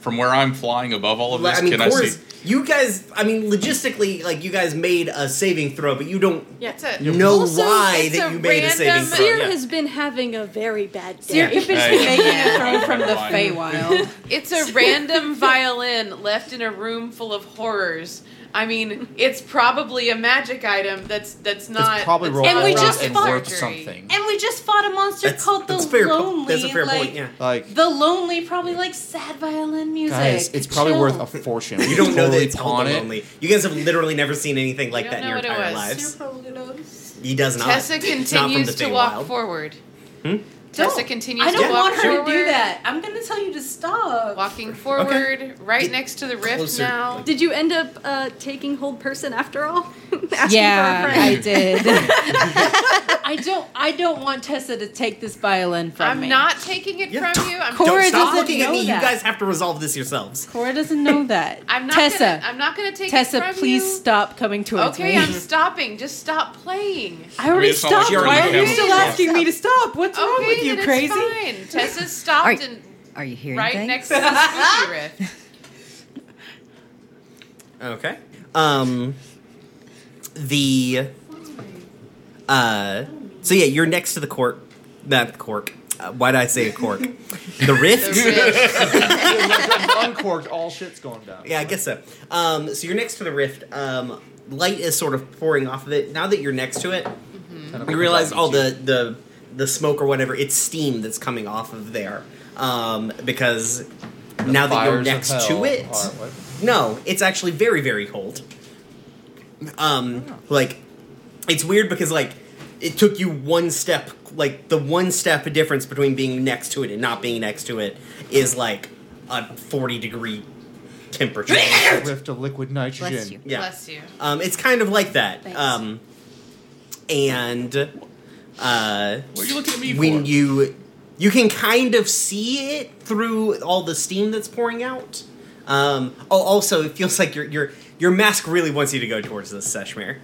Speaker 7: From where I'm flying above all of
Speaker 1: Like,
Speaker 7: this,
Speaker 1: Hmm? I mean,
Speaker 7: can I
Speaker 1: Cora's,
Speaker 7: see?
Speaker 1: you guys. I mean, logistically, like you guys made a saving throw, but you don't
Speaker 3: Yeah.
Speaker 2: It's a,
Speaker 1: know
Speaker 2: Also,
Speaker 1: why
Speaker 2: it's
Speaker 1: that
Speaker 2: a
Speaker 1: you made a saving
Speaker 2: random-
Speaker 1: throw.
Speaker 3: Seer
Speaker 1: yeah.
Speaker 3: has been having a very bad day.
Speaker 6: You're, you've been
Speaker 7: Hey.
Speaker 6: making a throw from the
Speaker 7: Why?
Speaker 6: Feywild.
Speaker 2: it's a random violin left in a room full of horrors. I mean, it's probably a magic item that's that's not.
Speaker 4: It's probably
Speaker 2: that's
Speaker 4: roll
Speaker 2: not
Speaker 6: And we
Speaker 2: rock
Speaker 6: just
Speaker 4: and
Speaker 6: fought-
Speaker 4: worth
Speaker 2: surgery.
Speaker 4: something.
Speaker 6: and we just fought a monster
Speaker 1: That's-
Speaker 6: called the
Speaker 1: that's a fair po-
Speaker 6: Lonely.
Speaker 1: that's a fair
Speaker 6: like,
Speaker 1: point, yeah.
Speaker 4: Like
Speaker 6: The Lonely, probably like sad violin music.
Speaker 4: guys, it's probably
Speaker 6: Chill.
Speaker 4: worth a fortune.
Speaker 1: You don't know that
Speaker 4: Totally
Speaker 1: it's called
Speaker 4: pawn
Speaker 1: the
Speaker 4: it.
Speaker 1: lonely. You guys have literally never seen anything like
Speaker 2: You
Speaker 1: that in
Speaker 2: don't
Speaker 1: your
Speaker 2: know what it
Speaker 1: entire lives.
Speaker 2: was.
Speaker 6: Superheroes.
Speaker 1: He does not.
Speaker 2: Tessa
Speaker 1: It's not from
Speaker 2: continues
Speaker 1: the
Speaker 2: to walk
Speaker 1: Feywild.
Speaker 2: forward.
Speaker 1: Hmm?
Speaker 2: Tessa
Speaker 6: Don't.
Speaker 2: continues
Speaker 6: I don't
Speaker 2: to walk
Speaker 6: want her
Speaker 2: forward.
Speaker 6: to do that. I'm gonna tell you to stop.
Speaker 2: Walking forward, right next to the rift
Speaker 1: Closer.
Speaker 2: now.
Speaker 3: Did you end up uh, taking hold person after all? Asking for a friend.
Speaker 5: I did.
Speaker 6: I don't. I don't want Tessa to take this violin from
Speaker 2: I'm
Speaker 6: me.
Speaker 2: not taking it
Speaker 1: Yeah.
Speaker 2: from you. I'm
Speaker 6: Cora
Speaker 1: Don't stop
Speaker 6: doesn't
Speaker 1: looking at
Speaker 6: know
Speaker 1: me.
Speaker 6: that.
Speaker 1: You guys have to resolve this yourselves.
Speaker 6: Cora doesn't know that.
Speaker 2: I'm not
Speaker 6: Tessa.
Speaker 2: Gonna, I'm not going to take it
Speaker 6: Tessa,
Speaker 2: from
Speaker 6: please
Speaker 2: you.
Speaker 6: stop coming towards
Speaker 2: Okay,
Speaker 6: me.
Speaker 2: I'm stopping. Just stop playing.
Speaker 6: I already
Speaker 7: I mean, it's not like
Speaker 6: stopped.
Speaker 7: you're
Speaker 6: Why
Speaker 7: on
Speaker 6: are you
Speaker 7: camera.
Speaker 6: still
Speaker 7: Yeah.
Speaker 6: asking me to stop? What's
Speaker 2: okay,
Speaker 6: wrong with you,
Speaker 2: then
Speaker 6: crazy?
Speaker 2: it's fine. Tessa stopped
Speaker 5: Are-
Speaker 2: and
Speaker 5: Are you hearing
Speaker 2: right
Speaker 5: things?
Speaker 2: next to the spooky rift.
Speaker 1: Okay. Um, the uh, so yeah, you're next to the cork. Not the cork. Uh, why did I say a cork? the rift.
Speaker 4: Uncorked, all shit's going down.
Speaker 1: Yeah, I guess so. Um, so you're next to the rift. Um, light is sort of pouring off of it. Now that you're next to it,
Speaker 4: Mm-hmm.
Speaker 1: you realize all the the the smoke or whatever. It's steam that's coming off of there um, because now that you're
Speaker 4: Fires of
Speaker 1: next to
Speaker 4: hell
Speaker 1: it,
Speaker 4: are what?
Speaker 1: no, it's actually very very cold.
Speaker 7: Oh.
Speaker 1: Um, like it's weird because like it took you one step like the one step difference between being next to it and not being next to it is like a 40 degree temperature
Speaker 4: rift of liquid nitrogen.
Speaker 5: Bless you.
Speaker 1: yeah
Speaker 2: Bless you.
Speaker 1: um, it's kind of like that.
Speaker 6: Thanks.
Speaker 1: Um, and uh,
Speaker 7: What are you looking at me
Speaker 1: when
Speaker 7: for?
Speaker 1: you you can kind of see it through all the steam that's pouring out. Um, oh, also, it feels like your your your mask really wants you to go towards this, Seshmir.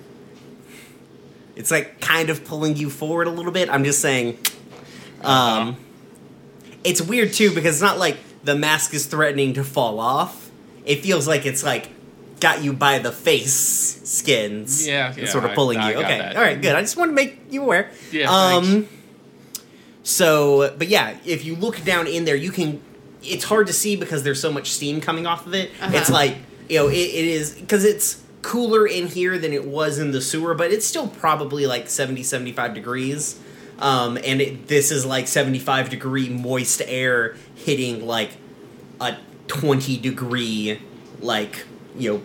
Speaker 1: It's like kind of pulling you forward a little bit. I'm just saying. Um, it's weird too because it's not like the mask is threatening to fall off. It feels like it's like got you by the face skins.
Speaker 7: Yeah,
Speaker 1: It's
Speaker 7: yeah,
Speaker 1: sort of
Speaker 7: I-
Speaker 1: pulling
Speaker 7: I
Speaker 1: you.
Speaker 7: got
Speaker 1: Okay,
Speaker 7: that.
Speaker 1: all right, good. I just want to make you aware.
Speaker 7: Yeah,
Speaker 1: Um.
Speaker 7: thanks.
Speaker 1: So, but yeah, if you look down in there, you can. It's hard to see because there's so much steam coming off of it.
Speaker 2: Uh-huh.
Speaker 1: It's like you know, it, it is because it's cooler in here than it was in the sewer, but it's still probably like 70, 75 degrees. Um, and it, this is like 75 degree moist air hitting like a 20 degree like you know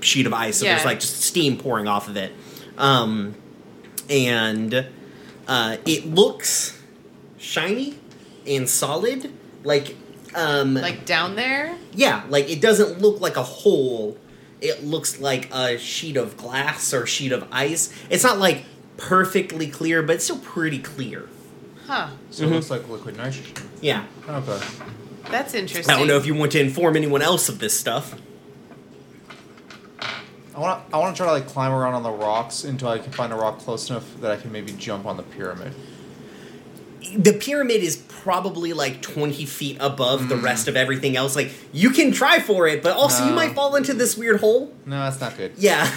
Speaker 1: sheet of ice so there's
Speaker 2: Yeah.
Speaker 1: like just steam pouring off of it um and uh it looks shiny and solid like um
Speaker 2: Like down there.
Speaker 1: yeah like it doesn't look like a hole it looks like a sheet of glass or sheet of ice it's not like perfectly clear but it's still pretty clear Mm-hmm.
Speaker 2: Huh.
Speaker 4: So it looks like liquid nitrogen.
Speaker 1: yeah
Speaker 4: Okay.
Speaker 2: That's interesting.
Speaker 1: i don't know if you want to inform anyone else of this stuff
Speaker 4: I want to. I want to try to like climb around on the rocks until I can find a rock close enough that I can maybe jump on the pyramid.
Speaker 1: the pyramid is probably like 20 feet above the rest of everything else like you can try for it but also you
Speaker 4: Mm. No.
Speaker 1: might fall into this weird hole
Speaker 4: uh, No, that's not good.
Speaker 1: yeah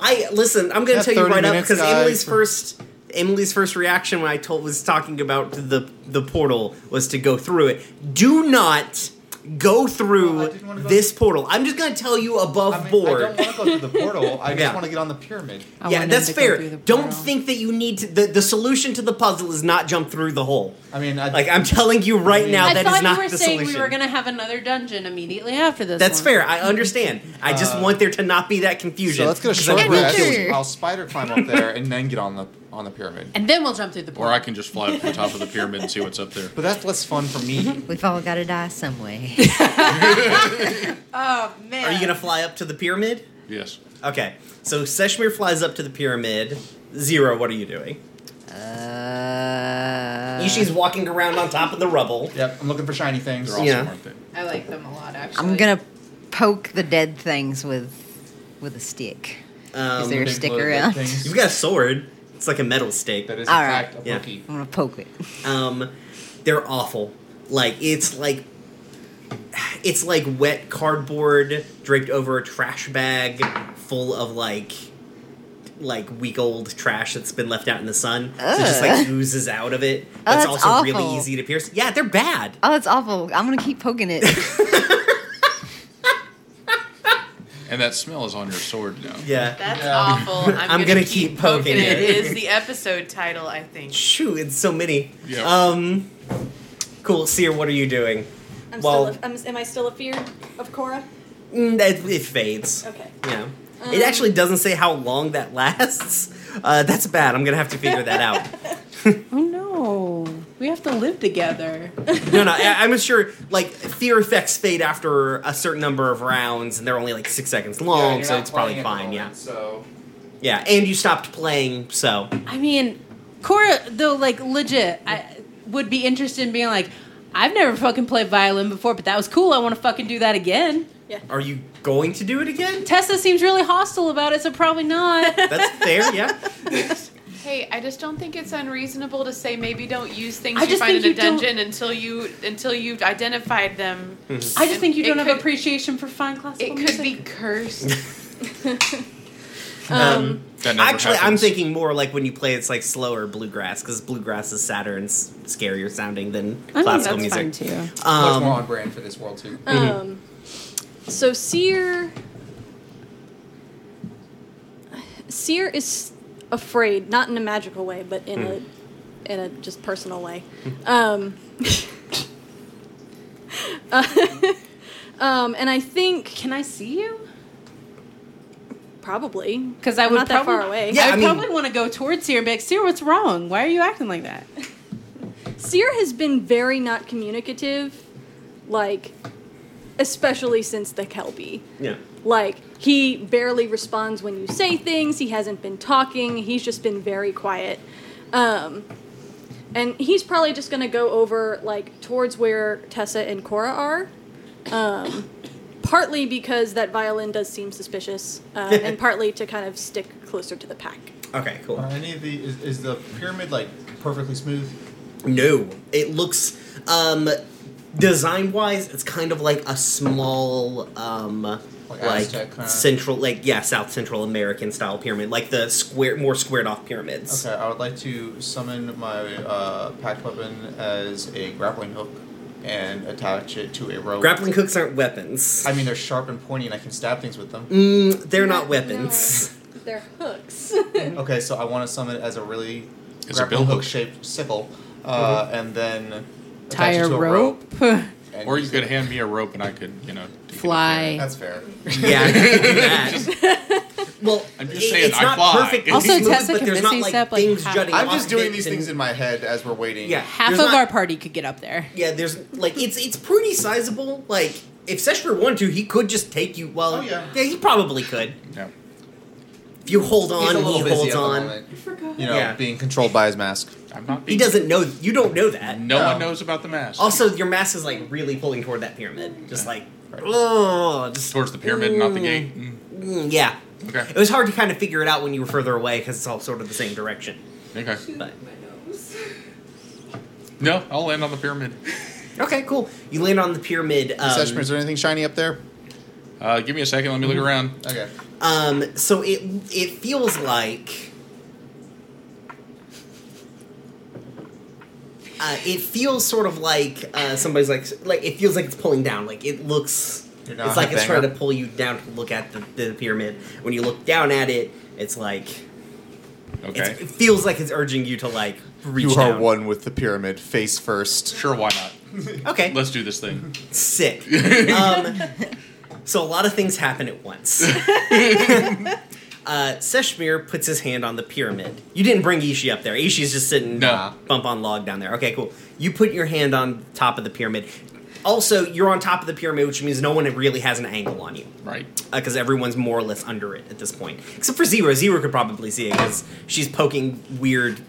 Speaker 1: i listen i'm gonna
Speaker 4: That's
Speaker 1: tell you
Speaker 4: 30
Speaker 1: right up
Speaker 4: minutes,
Speaker 1: because
Speaker 4: guys.
Speaker 1: emily's first emily's first reaction when i told was talking about the the portal was to go through it do not go through
Speaker 4: Well, I didn't wanna go-
Speaker 1: this portal i'm just gonna tell you above
Speaker 4: I, mean,
Speaker 1: board
Speaker 4: I don't want to go through the portal. I just
Speaker 1: Yeah.
Speaker 4: want to get on the pyramid.
Speaker 6: I
Speaker 1: yeah
Speaker 6: want him
Speaker 1: that's
Speaker 6: to go
Speaker 1: fair
Speaker 6: through the
Speaker 1: don't
Speaker 6: portal.
Speaker 1: think that you need to the, the solution to the puzzle is not jump through the hole
Speaker 4: I mean, I,
Speaker 1: like I'm telling you right now,
Speaker 6: I
Speaker 1: that
Speaker 6: thought
Speaker 1: is not
Speaker 6: you were
Speaker 1: the
Speaker 6: saying
Speaker 1: solution.
Speaker 6: we were going to have another dungeon immediately after this.
Speaker 1: That's
Speaker 6: one.
Speaker 1: fair. I understand. I just
Speaker 4: Uh,
Speaker 1: want there to not be that confusion.
Speaker 4: So let's get a
Speaker 1: 'cause
Speaker 4: short
Speaker 1: I will
Speaker 4: rest.
Speaker 1: kill you.
Speaker 5: you.
Speaker 4: I'll spider climb up there and then get on the on the pyramid.
Speaker 6: And then we'll jump through the
Speaker 7: Or I
Speaker 6: portal.
Speaker 7: can just fly up to the top of the pyramid and see what's up there.
Speaker 4: But that's less fun for me.
Speaker 5: We've all got to die some way.
Speaker 6: Oh man!
Speaker 1: Are you gonna fly up to the pyramid?
Speaker 7: Yes.
Speaker 1: Okay. So Seshmir flies up to the pyramid. Zero. What are you doing?
Speaker 5: Uh,
Speaker 1: Yishi's walking around on top of the rubble.
Speaker 4: Yep, I'm looking for shiny things.
Speaker 7: They're awesome,
Speaker 1: Yeah.
Speaker 7: aren't they?
Speaker 2: I like them a lot. Actually,
Speaker 5: I'm gonna poke the dead things with with a stick.
Speaker 1: Um,
Speaker 5: there-
Speaker 4: Big
Speaker 5: stick
Speaker 4: blue red
Speaker 5: around.
Speaker 4: things
Speaker 1: you've got a sword. It's like a metal stake.
Speaker 4: that is in
Speaker 5: All
Speaker 4: fact
Speaker 5: right.
Speaker 4: a
Speaker 1: Yeah.
Speaker 4: cookie.
Speaker 5: I'm gonna poke it.
Speaker 1: Um, they're awful. Like it's like it's like wet cardboard draped over a trash bag full of like like week old trash that's been left out in the sun. So it just
Speaker 5: Ugh.
Speaker 1: like oozes out of it.
Speaker 5: Oh,
Speaker 1: That's,
Speaker 5: that's
Speaker 1: also
Speaker 5: awful.
Speaker 1: really easy to pierce. Yeah, they're bad.
Speaker 5: Oh, it's awful. I'm gonna keep poking it.
Speaker 7: And that smell is on your sword now.
Speaker 1: Yeah.
Speaker 2: That's
Speaker 4: Yeah.
Speaker 2: awful. I'm,
Speaker 1: I'm
Speaker 2: gonna,
Speaker 1: gonna
Speaker 2: keep,
Speaker 1: keep
Speaker 2: poking,
Speaker 1: poking
Speaker 2: it.
Speaker 1: it.
Speaker 2: Is the episode title? I think.
Speaker 1: Shoo, it's so many.
Speaker 7: Yeah.
Speaker 1: Um cool, Seer, what are you doing?
Speaker 3: I'm
Speaker 1: Well-
Speaker 3: still. A, I'm, am I still a fear of Korra?
Speaker 1: Mm, it, it fades.
Speaker 3: Okay.
Speaker 1: Yeah.
Speaker 3: Um,
Speaker 1: it actually doesn't say how long that lasts. Uh, that's bad. I'm gonna have to figure that out.
Speaker 6: Oh no! We have to live together.
Speaker 1: No, no, I, I'm sure. Like fear effects fade after a certain number of rounds, and they're only like six seconds long, so it's probably fine. Yeah,
Speaker 4: So
Speaker 1: yeah, and you stopped playing, so
Speaker 6: I mean, Cora, though, like legit, I would be interested in being like, I've never fucking played violin before, but that was cool. I want to fucking do that again.
Speaker 3: Yeah.
Speaker 1: are you going to do it again?
Speaker 6: Tessa seems really hostile about it, so probably not.
Speaker 1: That's fair. Yeah,
Speaker 2: Hey, I just don't think it's unreasonable to say maybe don't use things
Speaker 6: I
Speaker 2: you
Speaker 6: just
Speaker 2: find in
Speaker 6: think
Speaker 2: a
Speaker 6: you don't-
Speaker 2: dungeon until you until you've identified them.
Speaker 6: I just think you
Speaker 2: It
Speaker 6: don't have
Speaker 2: could-
Speaker 6: appreciation for fine classical
Speaker 2: It could
Speaker 6: music.
Speaker 2: be cursed.
Speaker 7: That never
Speaker 1: Um, Actually, I'm
Speaker 7: happens.
Speaker 1: thinking more like when you play, it's like slower bluegrass because bluegrass is sadder and s- scarier sounding than
Speaker 6: I think
Speaker 1: classical
Speaker 6: that's
Speaker 1: music.
Speaker 6: fine too.
Speaker 4: Much
Speaker 1: Um,
Speaker 4: more on brand for this world too.
Speaker 1: Mm-hmm.
Speaker 3: Um, so Seer, Seer is afraid, not in a magical way, but in
Speaker 1: Mm-hmm.
Speaker 3: a in a just personal way. Um, uh, um, and I think
Speaker 6: Can I see you?
Speaker 3: probably
Speaker 6: Because I
Speaker 3: I'm
Speaker 6: would
Speaker 3: not that
Speaker 6: probably,
Speaker 3: far away.
Speaker 1: Yeah,
Speaker 6: I would
Speaker 1: I mean-
Speaker 6: probably want to go towards Seer and be like, Seer, what's wrong? Why are you acting like that?
Speaker 3: Seer has been very not communicative, like especially since the Kelpie.
Speaker 1: yeah.
Speaker 3: Like, he barely responds when you say things. He hasn't been talking. He's just been very quiet. Um, and he's probably just going to go over, like, towards where Tessa and Cora are. Um, partly because that violin does seem suspicious, uh, and partly to kind of stick closer to the pack.
Speaker 1: Okay, cool.
Speaker 4: Are any of the is, is the pyramid like perfectly smooth?
Speaker 1: No, it looks um design wise, it's kind of like a small um like,
Speaker 4: Like Aztec, huh?
Speaker 1: central like yeah, South Central American style pyramid, like the square more squared off pyramids.
Speaker 4: Okay, I would like to summon my uh, packed weapon as a grappling hook and attach it to a rope.
Speaker 1: Grappling hooks aren't weapons.
Speaker 4: I mean, they're sharp and pointy, and I can stab things with them.
Speaker 1: Mm, they're not weapons.
Speaker 3: They're hooks.
Speaker 4: Okay, so I want to summon it as a really
Speaker 7: As a
Speaker 4: grappling
Speaker 7: bill
Speaker 4: hook
Speaker 7: hook.
Speaker 4: shaped sickle, uh,
Speaker 1: Mm-hmm.
Speaker 4: and then attach
Speaker 6: Tie
Speaker 4: it
Speaker 6: a
Speaker 4: to a
Speaker 6: rope.
Speaker 4: and
Speaker 7: Or you
Speaker 4: use
Speaker 7: could
Speaker 4: it.
Speaker 7: hand me a rope and I could, you know, take it up
Speaker 6: Fly.
Speaker 4: That's fair.
Speaker 1: Yeah, I can do that. Well,
Speaker 7: I'm just
Speaker 1: it-
Speaker 7: saying,
Speaker 1: it's
Speaker 7: I
Speaker 1: not
Speaker 7: fly.
Speaker 1: perfect.
Speaker 7: Also,
Speaker 1: smooth,
Speaker 6: Tessa
Speaker 1: but
Speaker 6: can
Speaker 1: there's not
Speaker 6: missing
Speaker 1: like
Speaker 6: step, like,
Speaker 1: things
Speaker 6: half-
Speaker 1: jutting.
Speaker 4: I'm
Speaker 1: off
Speaker 4: just
Speaker 1: of
Speaker 4: doing
Speaker 1: it
Speaker 4: these
Speaker 1: and-
Speaker 4: things in my head as we're waiting.
Speaker 1: Yeah.
Speaker 6: Half
Speaker 1: There's
Speaker 6: of
Speaker 1: not-
Speaker 6: our party could get up there.
Speaker 1: Yeah, there's like it's it's pretty sizable. Like if Seshmer wanted to, he could just take you. Well,
Speaker 4: Oh, yeah.
Speaker 1: he probably could.
Speaker 7: there.
Speaker 1: If you hold
Speaker 4: He's
Speaker 1: on,
Speaker 4: a
Speaker 1: he
Speaker 4: little busy
Speaker 1: holds
Speaker 4: at the
Speaker 1: on.
Speaker 4: moment, You know,
Speaker 1: Yeah.
Speaker 4: being controlled by his mask.
Speaker 7: Yeah. I'm not
Speaker 1: He
Speaker 7: being-
Speaker 1: doesn't know. You don't know that.
Speaker 7: No, one
Speaker 4: No.
Speaker 7: knows about the mask.
Speaker 1: Also, your mask is like really pulling toward that pyramid, just like oh, just
Speaker 7: towards the pyramid, not the gate. Mm.
Speaker 1: mm, yeah. It
Speaker 7: Okay.
Speaker 1: was hard to kind of figure it out when you were further away because it's all sort of the same direction.
Speaker 7: Okay.
Speaker 1: But
Speaker 7: No, I'll land on the pyramid.
Speaker 1: okay, cool. You land on the pyramid. Um,
Speaker 4: Seshmer, is there anything shiny up there?
Speaker 7: Uh, give me a second. Let me
Speaker 1: Mm-hmm.
Speaker 7: look around.
Speaker 4: Okay.
Speaker 1: Um, so it it feels like uh, it feels sort of like uh, somebody's like like it feels like it's pulling down. Like it looks,
Speaker 4: You're not
Speaker 1: it's like it's
Speaker 4: headbanger.
Speaker 1: trying to pull you down to look at the, the pyramid. When you look down at it, it's like it's,
Speaker 7: Okay.
Speaker 1: it feels like it's urging you to like reach
Speaker 4: You are
Speaker 1: down.
Speaker 4: one with the pyramid, face first.
Speaker 7: Sure, why not?
Speaker 1: Okay,
Speaker 7: Let's do this thing.
Speaker 1: sick. Um, so a lot of things happen at once. uh, Seshmir puts his hand on the pyramid. You didn't bring Ishi up there. Ishi's just sitting
Speaker 7: No.
Speaker 1: bump on log down there. Okay, cool. You put your hand on top of the pyramid. Also, you're on top of the pyramid, which means no one really has an angle on you
Speaker 7: Right.
Speaker 1: because everyone's more or less under it at this point, except for Zero. Zero could probably see it because she's poking weird.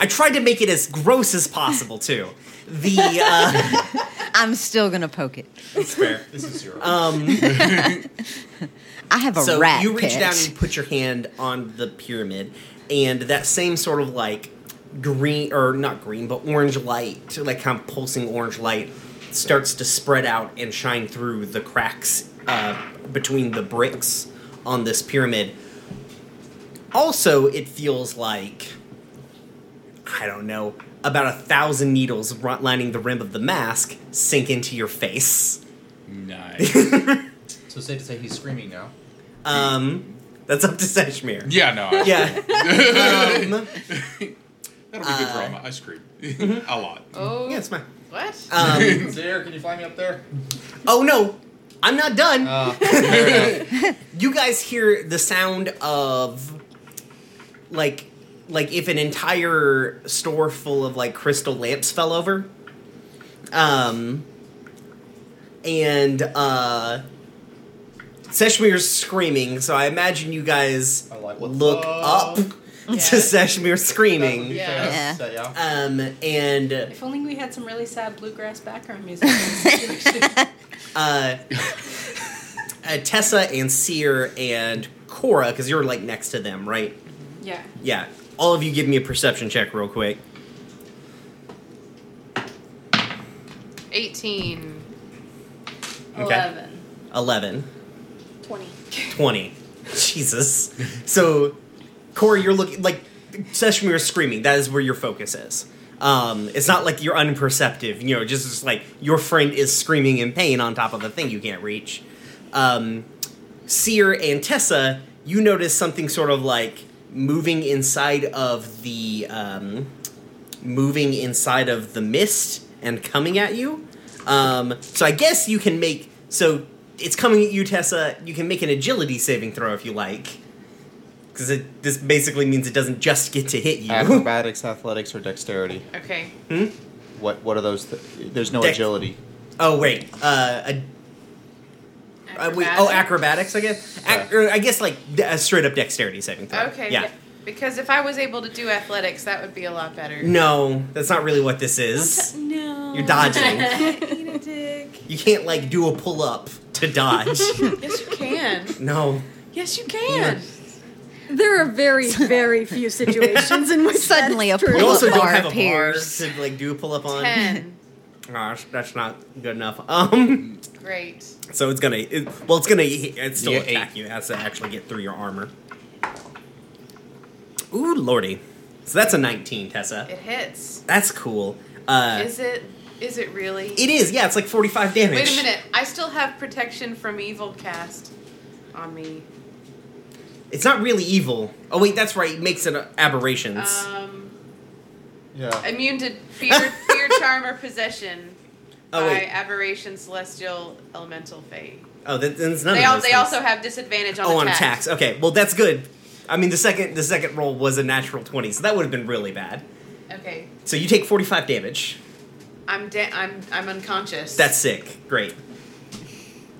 Speaker 1: I tried to make it as gross as possible too. The uh,
Speaker 5: I'm still gonna poke it.
Speaker 1: it's fair.
Speaker 4: This is zero.
Speaker 1: Um,
Speaker 5: I have a
Speaker 1: so
Speaker 5: rat
Speaker 1: you reach
Speaker 5: pet.
Speaker 1: down and you put your hand on the pyramid and that same sort of like green or not green but orange light like kind of pulsing orange light starts to spread out and shine through the cracks uh, between the bricks on this pyramid also it feels like i don't know about a thousand needles ri- lining the rim of the mask sink into your face
Speaker 7: Nice.
Speaker 4: so safe to say he's screaming now.
Speaker 1: um that's up to Seshmir.
Speaker 7: yeah. No. I-
Speaker 1: yeah um, uh,
Speaker 7: That'll be good for all my ice cream. a lot.
Speaker 2: Oh,
Speaker 1: mm-hmm. yeah, it's mine.
Speaker 2: what?
Speaker 1: Um,
Speaker 4: Zare, can you find me up there?
Speaker 1: oh no, I'm not done.
Speaker 4: Uh, fair enough.
Speaker 1: you guys hear the sound of like like if an entire store full of like crystal lamps fell over. Um and uh Seshmir's screaming, so I imagine you guys
Speaker 4: I like, what the
Speaker 1: look
Speaker 4: fuck?
Speaker 1: up to Seshmir screaming.
Speaker 2: Yeah.
Speaker 4: That would be fair.
Speaker 5: Yeah.
Speaker 4: Yeah.
Speaker 1: Um and
Speaker 6: If only we had some really sad bluegrass background music.
Speaker 1: uh, uh, Tessa and Seer and Cora, because you're like next to them, right?
Speaker 6: yeah.
Speaker 1: Yeah. All of you give me a perception check real quick.
Speaker 2: 18.
Speaker 1: Okay.
Speaker 6: Eleven.
Speaker 1: 11,
Speaker 3: 20.
Speaker 1: 20. Jesus. So, Corey, you're looking like Seshmir is screaming. That is where your focus is. Um, it's not like you're unperceptive. You know, just, just like your friend is screaming in pain on top of a thing you can't reach. Um, Seer and Tessa, you notice something sort of like moving inside of the um, moving inside of the mist and coming at you. Um, so I guess you can make so it's coming at you, Tessa. You can make an agility saving throw if you like, because this basically means it doesn't just get to hit you.
Speaker 4: Acrobatics, athletics, or dexterity.
Speaker 2: Okay.
Speaker 1: Hmm?
Speaker 4: What What are those? Th- there's no
Speaker 1: Dex-
Speaker 4: agility.
Speaker 1: oh wait, uh, a, uh, wait, oh acrobatics, I guess. Ac- or I guess like d- a straight up dexterity saving throw.
Speaker 2: Okay.
Speaker 1: Yeah.
Speaker 2: yeah. Because if I was able to do athletics, that would be a lot better.
Speaker 1: No, that's not really what this is.
Speaker 2: No.
Speaker 1: You're dodging.
Speaker 2: Eat a dick.
Speaker 1: you can't like do a pull up to dodge.
Speaker 2: Yes, you can.
Speaker 1: no.
Speaker 2: Yes, you can.
Speaker 3: There are very, very few situations in which
Speaker 5: Suddenly a
Speaker 3: that's true.
Speaker 1: You
Speaker 5: pull-up
Speaker 1: also don't
Speaker 5: bar
Speaker 1: have a bar
Speaker 5: appears.
Speaker 1: to like do a pull up on.
Speaker 2: Ten.
Speaker 1: Gosh, that's not good enough. Um,
Speaker 2: Great.
Speaker 1: so it's gonna, it, well, it's gonna, it's still
Speaker 4: Yeah,
Speaker 1: attack you. It has to actually get through your armor. Ooh, lordy. So that's a 19, Tessa.
Speaker 2: It hits.
Speaker 1: That's cool. Uh,
Speaker 2: Is it? Is it really?
Speaker 1: it is, yeah, it's like 45 damage.
Speaker 2: Wait a minute. I still have protection from evil cast on me.
Speaker 1: It's not really evil. Oh, wait, that's right, it makes it uh, aberrations.
Speaker 2: Um,
Speaker 4: Yeah.
Speaker 2: immune to fear, fear, charm, or possession
Speaker 1: oh,
Speaker 2: by
Speaker 1: wait.
Speaker 2: aberration, celestial, elemental, fate.
Speaker 1: oh, that, then it's none
Speaker 2: They,
Speaker 1: of
Speaker 2: all,
Speaker 1: those
Speaker 2: they
Speaker 1: things.
Speaker 2: also have disadvantage on
Speaker 1: Oh, on
Speaker 2: attacks.
Speaker 1: attacks. Okay, well, that's good. I mean, the second the second roll was a natural 20, so that would have been really bad.
Speaker 2: Okay,
Speaker 1: So you take 45 damage.
Speaker 2: I'm da- I'm I'm unconscious.
Speaker 1: That's sick. Great.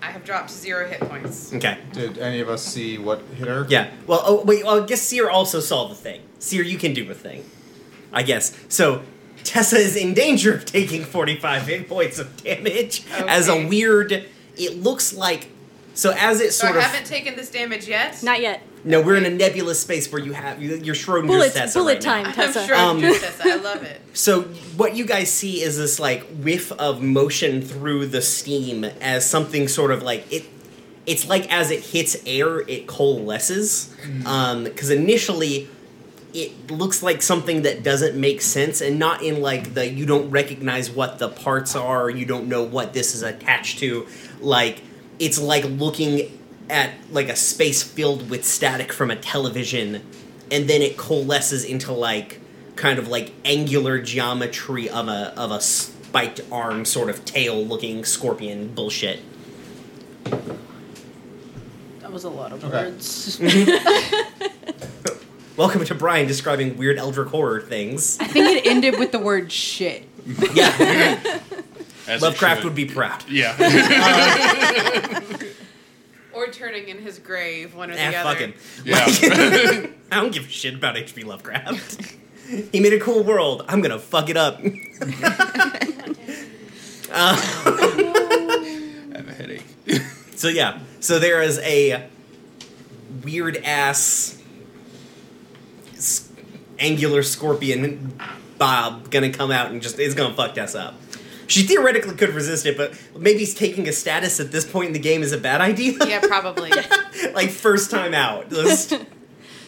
Speaker 2: I have dropped to zero hit points.
Speaker 1: Okay.
Speaker 4: Did any of us see what hit her?
Speaker 1: Yeah. Well, oh, wait. Well, I guess Seer also saw the thing. Seer, you can do a thing. I guess. So Tessa is in danger of taking 45 hit points of damage as a
Speaker 2: Okay.
Speaker 1: weird. It looks like. So as it
Speaker 2: So
Speaker 1: sort
Speaker 2: I
Speaker 1: of.
Speaker 2: haven't taken this damage yet.
Speaker 3: Not yet.
Speaker 1: no, we're in a nebulous space where you have you- you're Schrodinger's
Speaker 3: Bullets-
Speaker 1: Tessa
Speaker 3: bullet
Speaker 1: right now.
Speaker 3: time.
Speaker 2: I'm
Speaker 3: Tessa.
Speaker 2: sure
Speaker 1: Um,
Speaker 2: I'm doing this. I love it.
Speaker 1: So what you guys see is this like whiff of motion through the steam as something sort of like it. It's like as it hits air, it coalesces. Because initially, it looks like something that doesn't make sense, and not in like the you don't recognize what the parts are, you don't know what this is attached to. Like it's like looking at like a space filled with static from a television, and then it coalesces into like kind of like angular geometry of a of a spiked arm sort of tail looking scorpion bullshit.
Speaker 6: That was a lot of
Speaker 4: Okay.
Speaker 6: words.
Speaker 1: Welcome to Brian describing weird eldritch horror things.
Speaker 6: I think it ended with the word shit.
Speaker 1: Yeah,
Speaker 7: As it
Speaker 1: Lovecraft
Speaker 7: should.
Speaker 1: would be proud. Uh,
Speaker 7: Yeah.
Speaker 2: Or turning in his grave, one or the
Speaker 1: Ah,
Speaker 2: other.
Speaker 1: fuck him.
Speaker 7: yeah.
Speaker 1: I don't give a shit about H.P. Lovecraft. he made a cool world. I'm gonna fuck it up.
Speaker 7: I have a headache.
Speaker 1: So yeah, so there is a weird ass s- angular scorpion Bob gonna come out and just is gonna fuck us up. She theoretically could resist it, but maybe taking a status at this point in the game is a bad idea.
Speaker 2: Yeah, probably.
Speaker 1: like first time out. Just-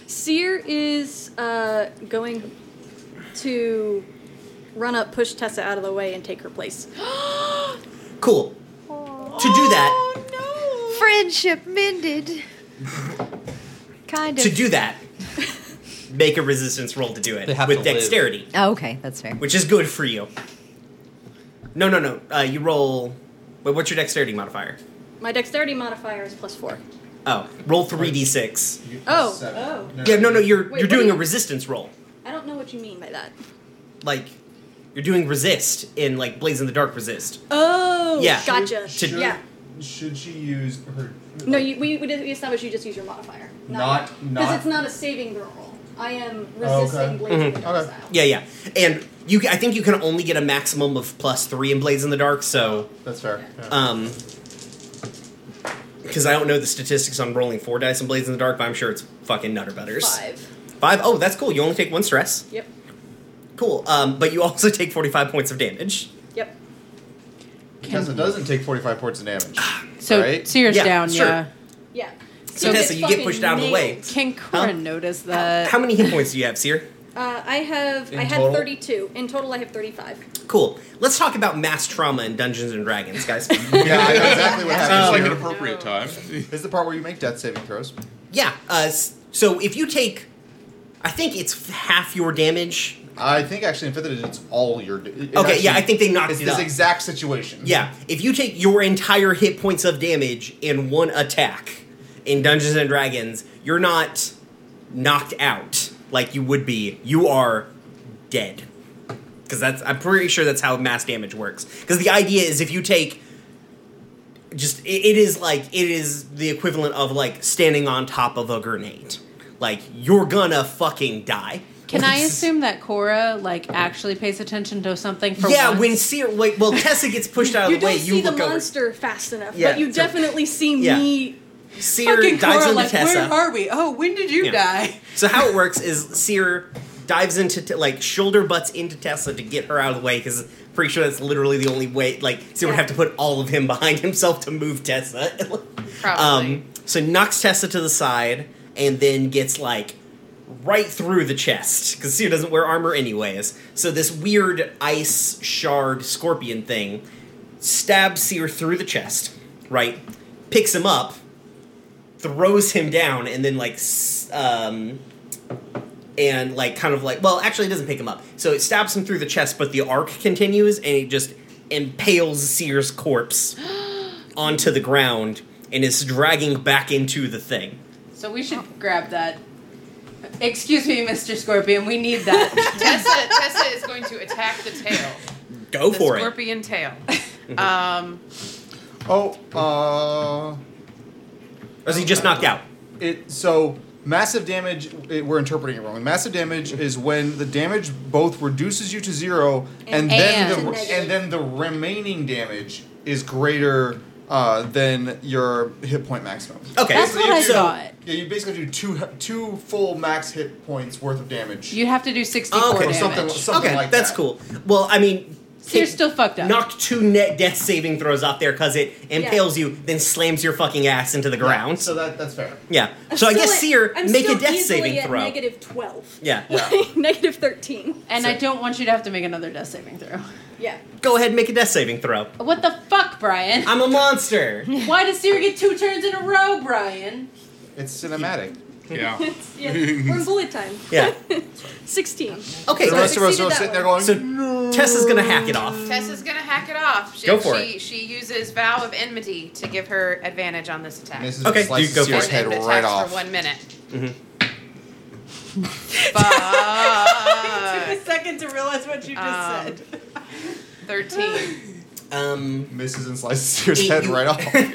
Speaker 3: Seer is uh, going to run up, push Tessa out of the way, and take her place.
Speaker 1: cool. To do that,
Speaker 5: Friendship mended. Kind of.
Speaker 1: to do that, make a resistance roll to do it
Speaker 4: They have
Speaker 1: with
Speaker 4: to live.
Speaker 1: dexterity.
Speaker 5: oh, okay, that's fair.
Speaker 1: which is good for you. No, no, no. Uh, you roll. Wait, what's your dexterity modifier?
Speaker 3: My dexterity modifier is plus four.
Speaker 1: Oh, roll three d six.
Speaker 3: Oh,
Speaker 4: Seven.
Speaker 3: oh.
Speaker 1: Yeah, no, no. You're
Speaker 3: Wait,
Speaker 1: you're
Speaker 3: what do
Speaker 1: doing a
Speaker 3: you-
Speaker 1: resistance roll.
Speaker 3: I don't know what you mean by that.
Speaker 1: Like, you're doing resist in like Blaze in the Dark resist.
Speaker 3: Oh,
Speaker 1: Yeah.
Speaker 3: gotcha.
Speaker 1: Should-
Speaker 3: yeah.
Speaker 4: Should she use her?
Speaker 3: No, you, we we did- we established you just use your modifier.
Speaker 4: Not-
Speaker 3: because
Speaker 4: not-
Speaker 3: it's not a saving throw roll. I am
Speaker 4: Oh,
Speaker 3: resisting
Speaker 4: okay.
Speaker 3: blazing
Speaker 1: Mhm.
Speaker 3: the dark
Speaker 4: Okay.
Speaker 3: style.
Speaker 1: Yeah, yeah. And you, I think you can only get a maximum of plus three in Blaze in the Dark. So,
Speaker 4: That's fair. Yeah.
Speaker 1: um, because I don't know the statistics on rolling four dice in Blaze in the Dark, but I'm sure it's fucking nutter butters.
Speaker 3: Five.
Speaker 1: Five. Oh, that's cool. You only take one stress.
Speaker 3: Yep.
Speaker 1: Cool. Um, but you also take forty five points of damage.
Speaker 3: Yep.
Speaker 4: Tessa doesn't take 45 points of damage.
Speaker 6: So
Speaker 4: Right?
Speaker 6: Sears
Speaker 1: Ah, Yeah,
Speaker 6: down,
Speaker 1: sure.
Speaker 6: yeah.
Speaker 3: Yeah.
Speaker 2: So
Speaker 1: Tessa, you get pushed out of the way.
Speaker 6: Can Cora notice that?
Speaker 1: How many hit points do you have, Seer?
Speaker 3: Uh, I have
Speaker 4: In
Speaker 3: I had
Speaker 4: total?
Speaker 3: 32. In total, I have 35.
Speaker 1: Cool. Let's talk about mass trauma in Dungeons and Dragons, guys. Um,
Speaker 4: Yeah, I know exactly what
Speaker 8: Seems like
Speaker 4: happened.
Speaker 8: an
Speaker 4: here.
Speaker 8: appropriate time.
Speaker 4: This is the part where you make death saving throws.
Speaker 1: yeah. Uh, s- so if you take, I think it's f- half your damage.
Speaker 4: I think actually in fifth edition it's all your. it
Speaker 1: Okay.
Speaker 4: actually-
Speaker 1: yeah, I think they knocked
Speaker 4: it's
Speaker 1: it
Speaker 4: this
Speaker 1: up.
Speaker 4: exact situation.
Speaker 1: yeah. If you take your entire hit points of damage in one attack in Dungeons and Dragons, you're not knocked out like you would be. You are dead. Because that's I'm pretty sure that's how mass damage works. Because the idea is if you take just it, it is like it is the equivalent of like standing on top of a grenade. Like you're gonna fucking die.
Speaker 6: Can I assume that Cora like actually pays attention to something for
Speaker 1: Yeah,
Speaker 6: once?
Speaker 1: when Seer like well Tessa gets pushed out of
Speaker 3: you
Speaker 1: the way,
Speaker 3: don't see
Speaker 1: you
Speaker 3: the
Speaker 1: look over.
Speaker 3: monster fast enough,
Speaker 1: Yeah,
Speaker 3: but you
Speaker 1: so-
Speaker 3: definitely see
Speaker 1: Yeah.
Speaker 3: me.
Speaker 1: Seer
Speaker 6: fucking
Speaker 1: dives
Speaker 6: Cora,
Speaker 1: into
Speaker 6: like,
Speaker 1: Tessa.
Speaker 6: where are we? Oh, when did you
Speaker 1: Yeah.
Speaker 6: die?
Speaker 1: So how it works is Seer dives into t- like shoulder butts into Tessa to get her out of the way because pretty sure that's literally the only way. Like Seer would
Speaker 3: Yeah.
Speaker 1: have to put all of him behind himself to move Tessa.
Speaker 2: Probably.
Speaker 1: so knocks Tessa to the side and then gets like right through the chest because Seer doesn't wear armor anyways. So this weird ice shard scorpion thing stabs Seer through the chest. Right, picks him up throws him down and then like s- um and like kind of like well actually it doesn't pick him up so it stabs him through the chest but the arc continues and it just impales sears corpse onto the ground and is dragging back into the thing
Speaker 6: So we should grab that. Excuse me, Mr. Scorpion. We need that.
Speaker 2: Tessa, Tessa is going to attack the tail.
Speaker 1: go
Speaker 2: the
Speaker 1: for it Uh,
Speaker 2: scorpion tail. Um,
Speaker 4: Oh. Uh.
Speaker 1: or is he just knocked out
Speaker 4: it so massive damage it, we're interpreting it wrong massive damage is when the damage both reduces you to zero and,
Speaker 3: And-
Speaker 4: then
Speaker 3: and-
Speaker 4: the, and then the remaining damage is greater uh, than your hit point maximum
Speaker 1: okay
Speaker 6: That's what I
Speaker 4: So-
Speaker 6: thought.
Speaker 4: yeah you basically do two two full max hit points worth of damage
Speaker 6: You have to do 64
Speaker 1: Okay,
Speaker 6: damage.
Speaker 4: Oh, something, something
Speaker 1: okay
Speaker 4: like
Speaker 1: that's
Speaker 4: that.
Speaker 1: cool well i mean
Speaker 6: So you're
Speaker 1: take-
Speaker 6: still fucked up.
Speaker 1: knocked two net death saving throws off there because it impales you then slams your fucking ass into the
Speaker 4: Yeah,
Speaker 1: ground
Speaker 4: so that that's fair
Speaker 1: yeah so i
Speaker 3: Still
Speaker 1: guess
Speaker 3: at-
Speaker 1: seer
Speaker 3: I'm
Speaker 1: make a
Speaker 3: still
Speaker 1: death
Speaker 3: easily
Speaker 1: saving
Speaker 3: at
Speaker 1: throw
Speaker 3: Negative 12.
Speaker 1: yeah
Speaker 4: yeah
Speaker 3: Negative 13.
Speaker 6: and I
Speaker 1: So-
Speaker 6: don't want you to have to make another death saving throw.
Speaker 3: Yeah.
Speaker 1: Go ahead and make a death saving throw.
Speaker 6: What the fuck, Brian?
Speaker 1: I'm a monster.
Speaker 6: Why does Siri get two turns in a row, Brian?
Speaker 4: it's cinematic
Speaker 8: Yeah.
Speaker 3: yeah. We're in bullet time.
Speaker 1: Yeah.
Speaker 3: 16.
Speaker 1: Okay.
Speaker 4: the
Speaker 1: good.
Speaker 4: rest of us are
Speaker 3: succeeded
Speaker 4: sitting
Speaker 3: that
Speaker 4: there going
Speaker 1: So Tessa's gonna hack it off.
Speaker 2: Tessa's gonna hack it off. She,
Speaker 1: Go for
Speaker 2: she,
Speaker 1: it.
Speaker 2: She uses vow of enmity to give her advantage on this attack.
Speaker 4: Mrs.
Speaker 1: Okay,
Speaker 4: slices
Speaker 1: you go for
Speaker 4: Sears'
Speaker 1: it. Mm-hmm.
Speaker 4: head
Speaker 2: It attacks
Speaker 4: right off
Speaker 2: for one minute. Fuck.
Speaker 6: Took a second to realize what you just
Speaker 2: Um,
Speaker 6: said.
Speaker 2: Thirteen.
Speaker 1: Um.
Speaker 4: Mrs. and slices Sears'
Speaker 1: Eat
Speaker 4: head
Speaker 1: you-
Speaker 4: right off.
Speaker 2: Wait a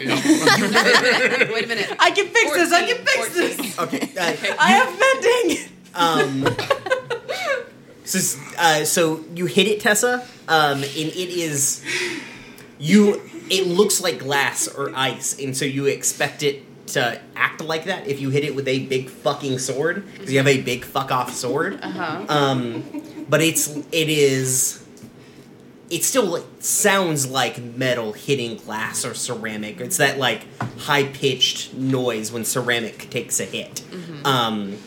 Speaker 2: minute.
Speaker 6: I can fix this. I
Speaker 2: 14,
Speaker 6: can fix this.
Speaker 2: 14.
Speaker 1: Okay. Uh,
Speaker 6: I have bending.
Speaker 1: um. So, s- uh, so you hit it, Tessa. Um, and it is you. It looks like glass or ice, and so you expect it to act like that if you hit it with a big fucking sword because you have a big fuck off sword.
Speaker 2: Uh-huh.
Speaker 1: Um, but it's it is it still like, sounds like metal hitting glass or ceramic. It's that like high pitched noise when ceramic takes a hit.
Speaker 2: Hmm. Mm-hmm.
Speaker 1: Um,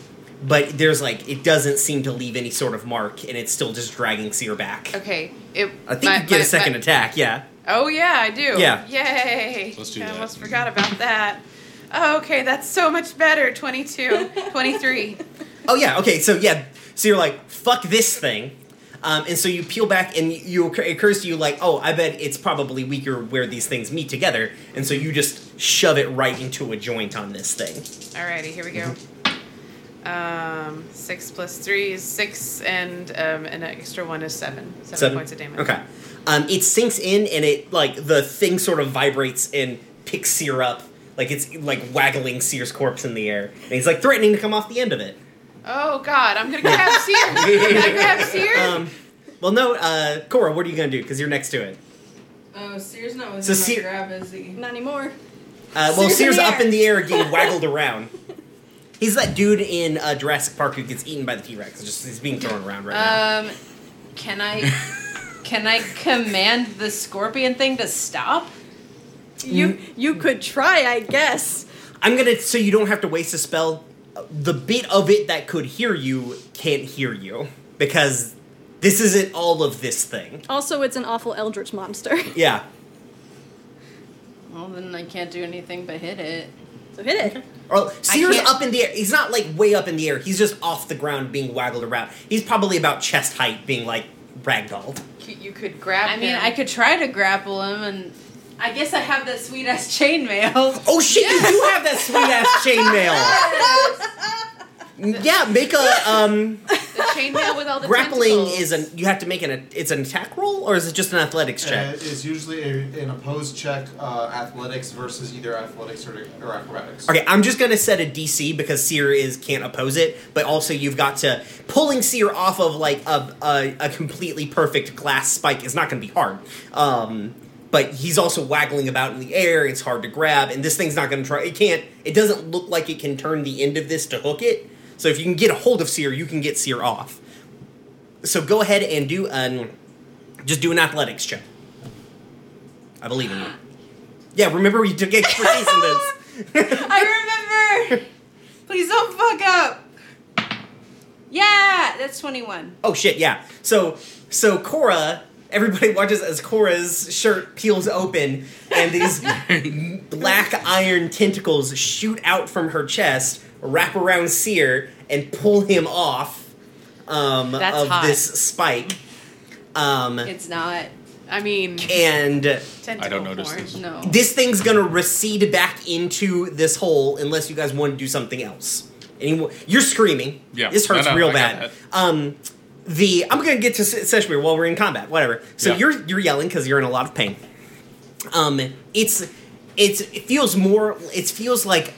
Speaker 1: but there's like it doesn't seem to leave any sort of mark, and it's still just dragging Seer back.
Speaker 2: Okay. It,
Speaker 1: I think
Speaker 2: my-
Speaker 1: you get
Speaker 2: my-
Speaker 1: a second
Speaker 2: my-
Speaker 1: attack. Yeah.
Speaker 2: Oh yeah, I do.
Speaker 1: Yeah.
Speaker 2: Yay.
Speaker 8: Let's do
Speaker 2: I
Speaker 8: that.
Speaker 2: almost forgot about that. Oh, okay, that's so much better. 22, 23.
Speaker 1: Oh yeah. Okay. So yeah. So you're like fuck this thing. Um, and so you peel back, and you it occurs to you like, oh, I bet it's probably weaker where these things meet together. And so you just shove it right into a joint on this thing.
Speaker 2: Alrighty, here we go. Um, six plus three is six, and um, an extra one is seven. Seven, points of damage.
Speaker 1: Okay. Um, it sinks in and it like the thing sort of vibrates and picks Seer up, like it's like waggling Seer's corpse in the air, and he's like threatening to come off the end of it.
Speaker 2: Oh God, I'm gonna grab Seer. Can I grab Seer?
Speaker 1: Um, well, no, uh, Cora, what are you gonna do? Because you're next to it.
Speaker 6: Oh, Sears not
Speaker 1: So my Sear-
Speaker 6: grab, is he?
Speaker 3: Not anymore.
Speaker 1: Uh, well,
Speaker 3: Seer's in
Speaker 1: Seer's
Speaker 3: the
Speaker 1: up
Speaker 3: air.
Speaker 1: in the air getting waggled around. He's that dude in uh, Jurassic Park who gets eaten by the T Rex. Just he's being thrown around right now.
Speaker 6: Um, can I, can I command the scorpion thing to stop?
Speaker 3: You you could try, I guess.
Speaker 1: Mm. I'm gonna so you don't have to waste a spell. The bit of it that could hear you can't hear you because this isn't all of this thing.
Speaker 3: Also, it's an awful eldritch monster.
Speaker 1: Yeah.
Speaker 6: Well, then I can't do anything but hit it.
Speaker 3: so hit it.
Speaker 1: Or Seer's
Speaker 6: can't-
Speaker 1: Oh, up in the air. He's not like way up in the air. He's just off the ground being waggled around. He's probably about chest height being like ragdolled.
Speaker 2: C- You could grab.
Speaker 6: I mean,
Speaker 2: him.
Speaker 6: I could try to grapple him, and I guess I have that sweet ass chainmail.
Speaker 1: Oh shit, you do have that sweet ass chainmail. yeah, make a um
Speaker 2: the chainmail with all the
Speaker 1: grappling
Speaker 2: tentacles.
Speaker 1: is an you have to make an it's an attack roll or is it just an athletics
Speaker 4: Uh,
Speaker 1: check?
Speaker 4: is usually a, an opposed check uh, athletics versus either athletics or, or acrobatics.
Speaker 1: Okay, I'm just gonna set a DC because Seer is can't oppose it, but also you've got to pulling Seer off of like a a, a completely perfect glass spike is not gonna be hard. Um, but he's also waggling about in the air. It's hard to grab, and this thing's not gonna try. It can't. It doesn't look like it can turn the end of this to hook it. So if you can get a hold of Seer, you can get Seer off. So go ahead and do an just do an athletics check. I believe in you. Yeah, remember we took expertise in this.
Speaker 6: I remember. Please don't fuck up. Yeah, that's twenty-one.
Speaker 1: Oh shit, yeah. So so Cora, everybody watches as Cora's shirt peels open and these black iron tentacles shoot out from her chest, wrap around Seer, and pull him off um,
Speaker 2: That's
Speaker 1: of
Speaker 2: hot.
Speaker 1: this spike. Um,
Speaker 6: It's not.
Speaker 2: I mean,
Speaker 1: and
Speaker 2: tentacle
Speaker 7: notice
Speaker 2: porn.
Speaker 7: this.
Speaker 6: No.
Speaker 1: this thing's gonna recede back into this hole unless you guys want to do something else. Anyone, you're screaming.
Speaker 7: Yeah.
Speaker 1: this hurts
Speaker 7: No, no,
Speaker 1: real
Speaker 7: I got
Speaker 1: bad. Um, the I'm gonna get to S- Seshmir while we're in combat. Whatever. So
Speaker 7: Yeah.
Speaker 1: you're you're yelling because you're in a lot of pain. Um, it's it's it feels more. It feels like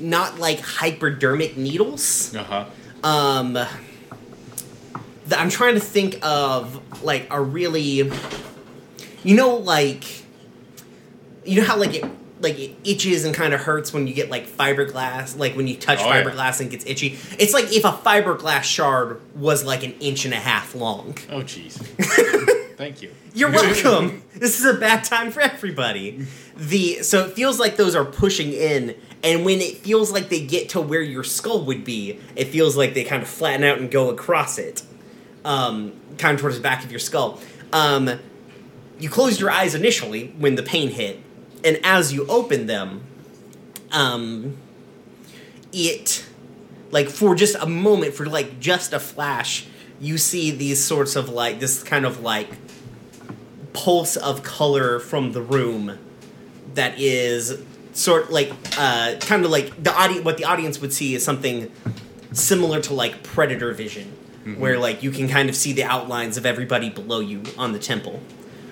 Speaker 1: not like hypodermic needles.
Speaker 7: Uh huh.
Speaker 1: Um, th- I'm trying to think of like a really, you know, like you know how like it like it itches and kind of hurts when you get like fiberglass, like when you touch
Speaker 7: Oh, yeah.
Speaker 1: fiberglass and it gets itchy. It's like if a fiberglass shard was like an inch and a half long.
Speaker 7: Oh jeez. Thank you.
Speaker 1: You're welcome. this is a bad time for everybody. The so it feels like those are pushing in, and when it feels like they get to where your skull would be, it feels like they kind of flatten out and go across it, um, kind of towards the back of your skull. Um, you closed your eyes initially when the pain hit, and as you open them, um, it like for just a moment, for like just a flash, you see these sorts of like this kind of like pulse of color from the room that is sort like uh, kind of like the audi- what the audience would see is something similar to like predator vision
Speaker 7: Mm-hmm.
Speaker 1: where like you can kind of see the outlines of everybody below you on the temple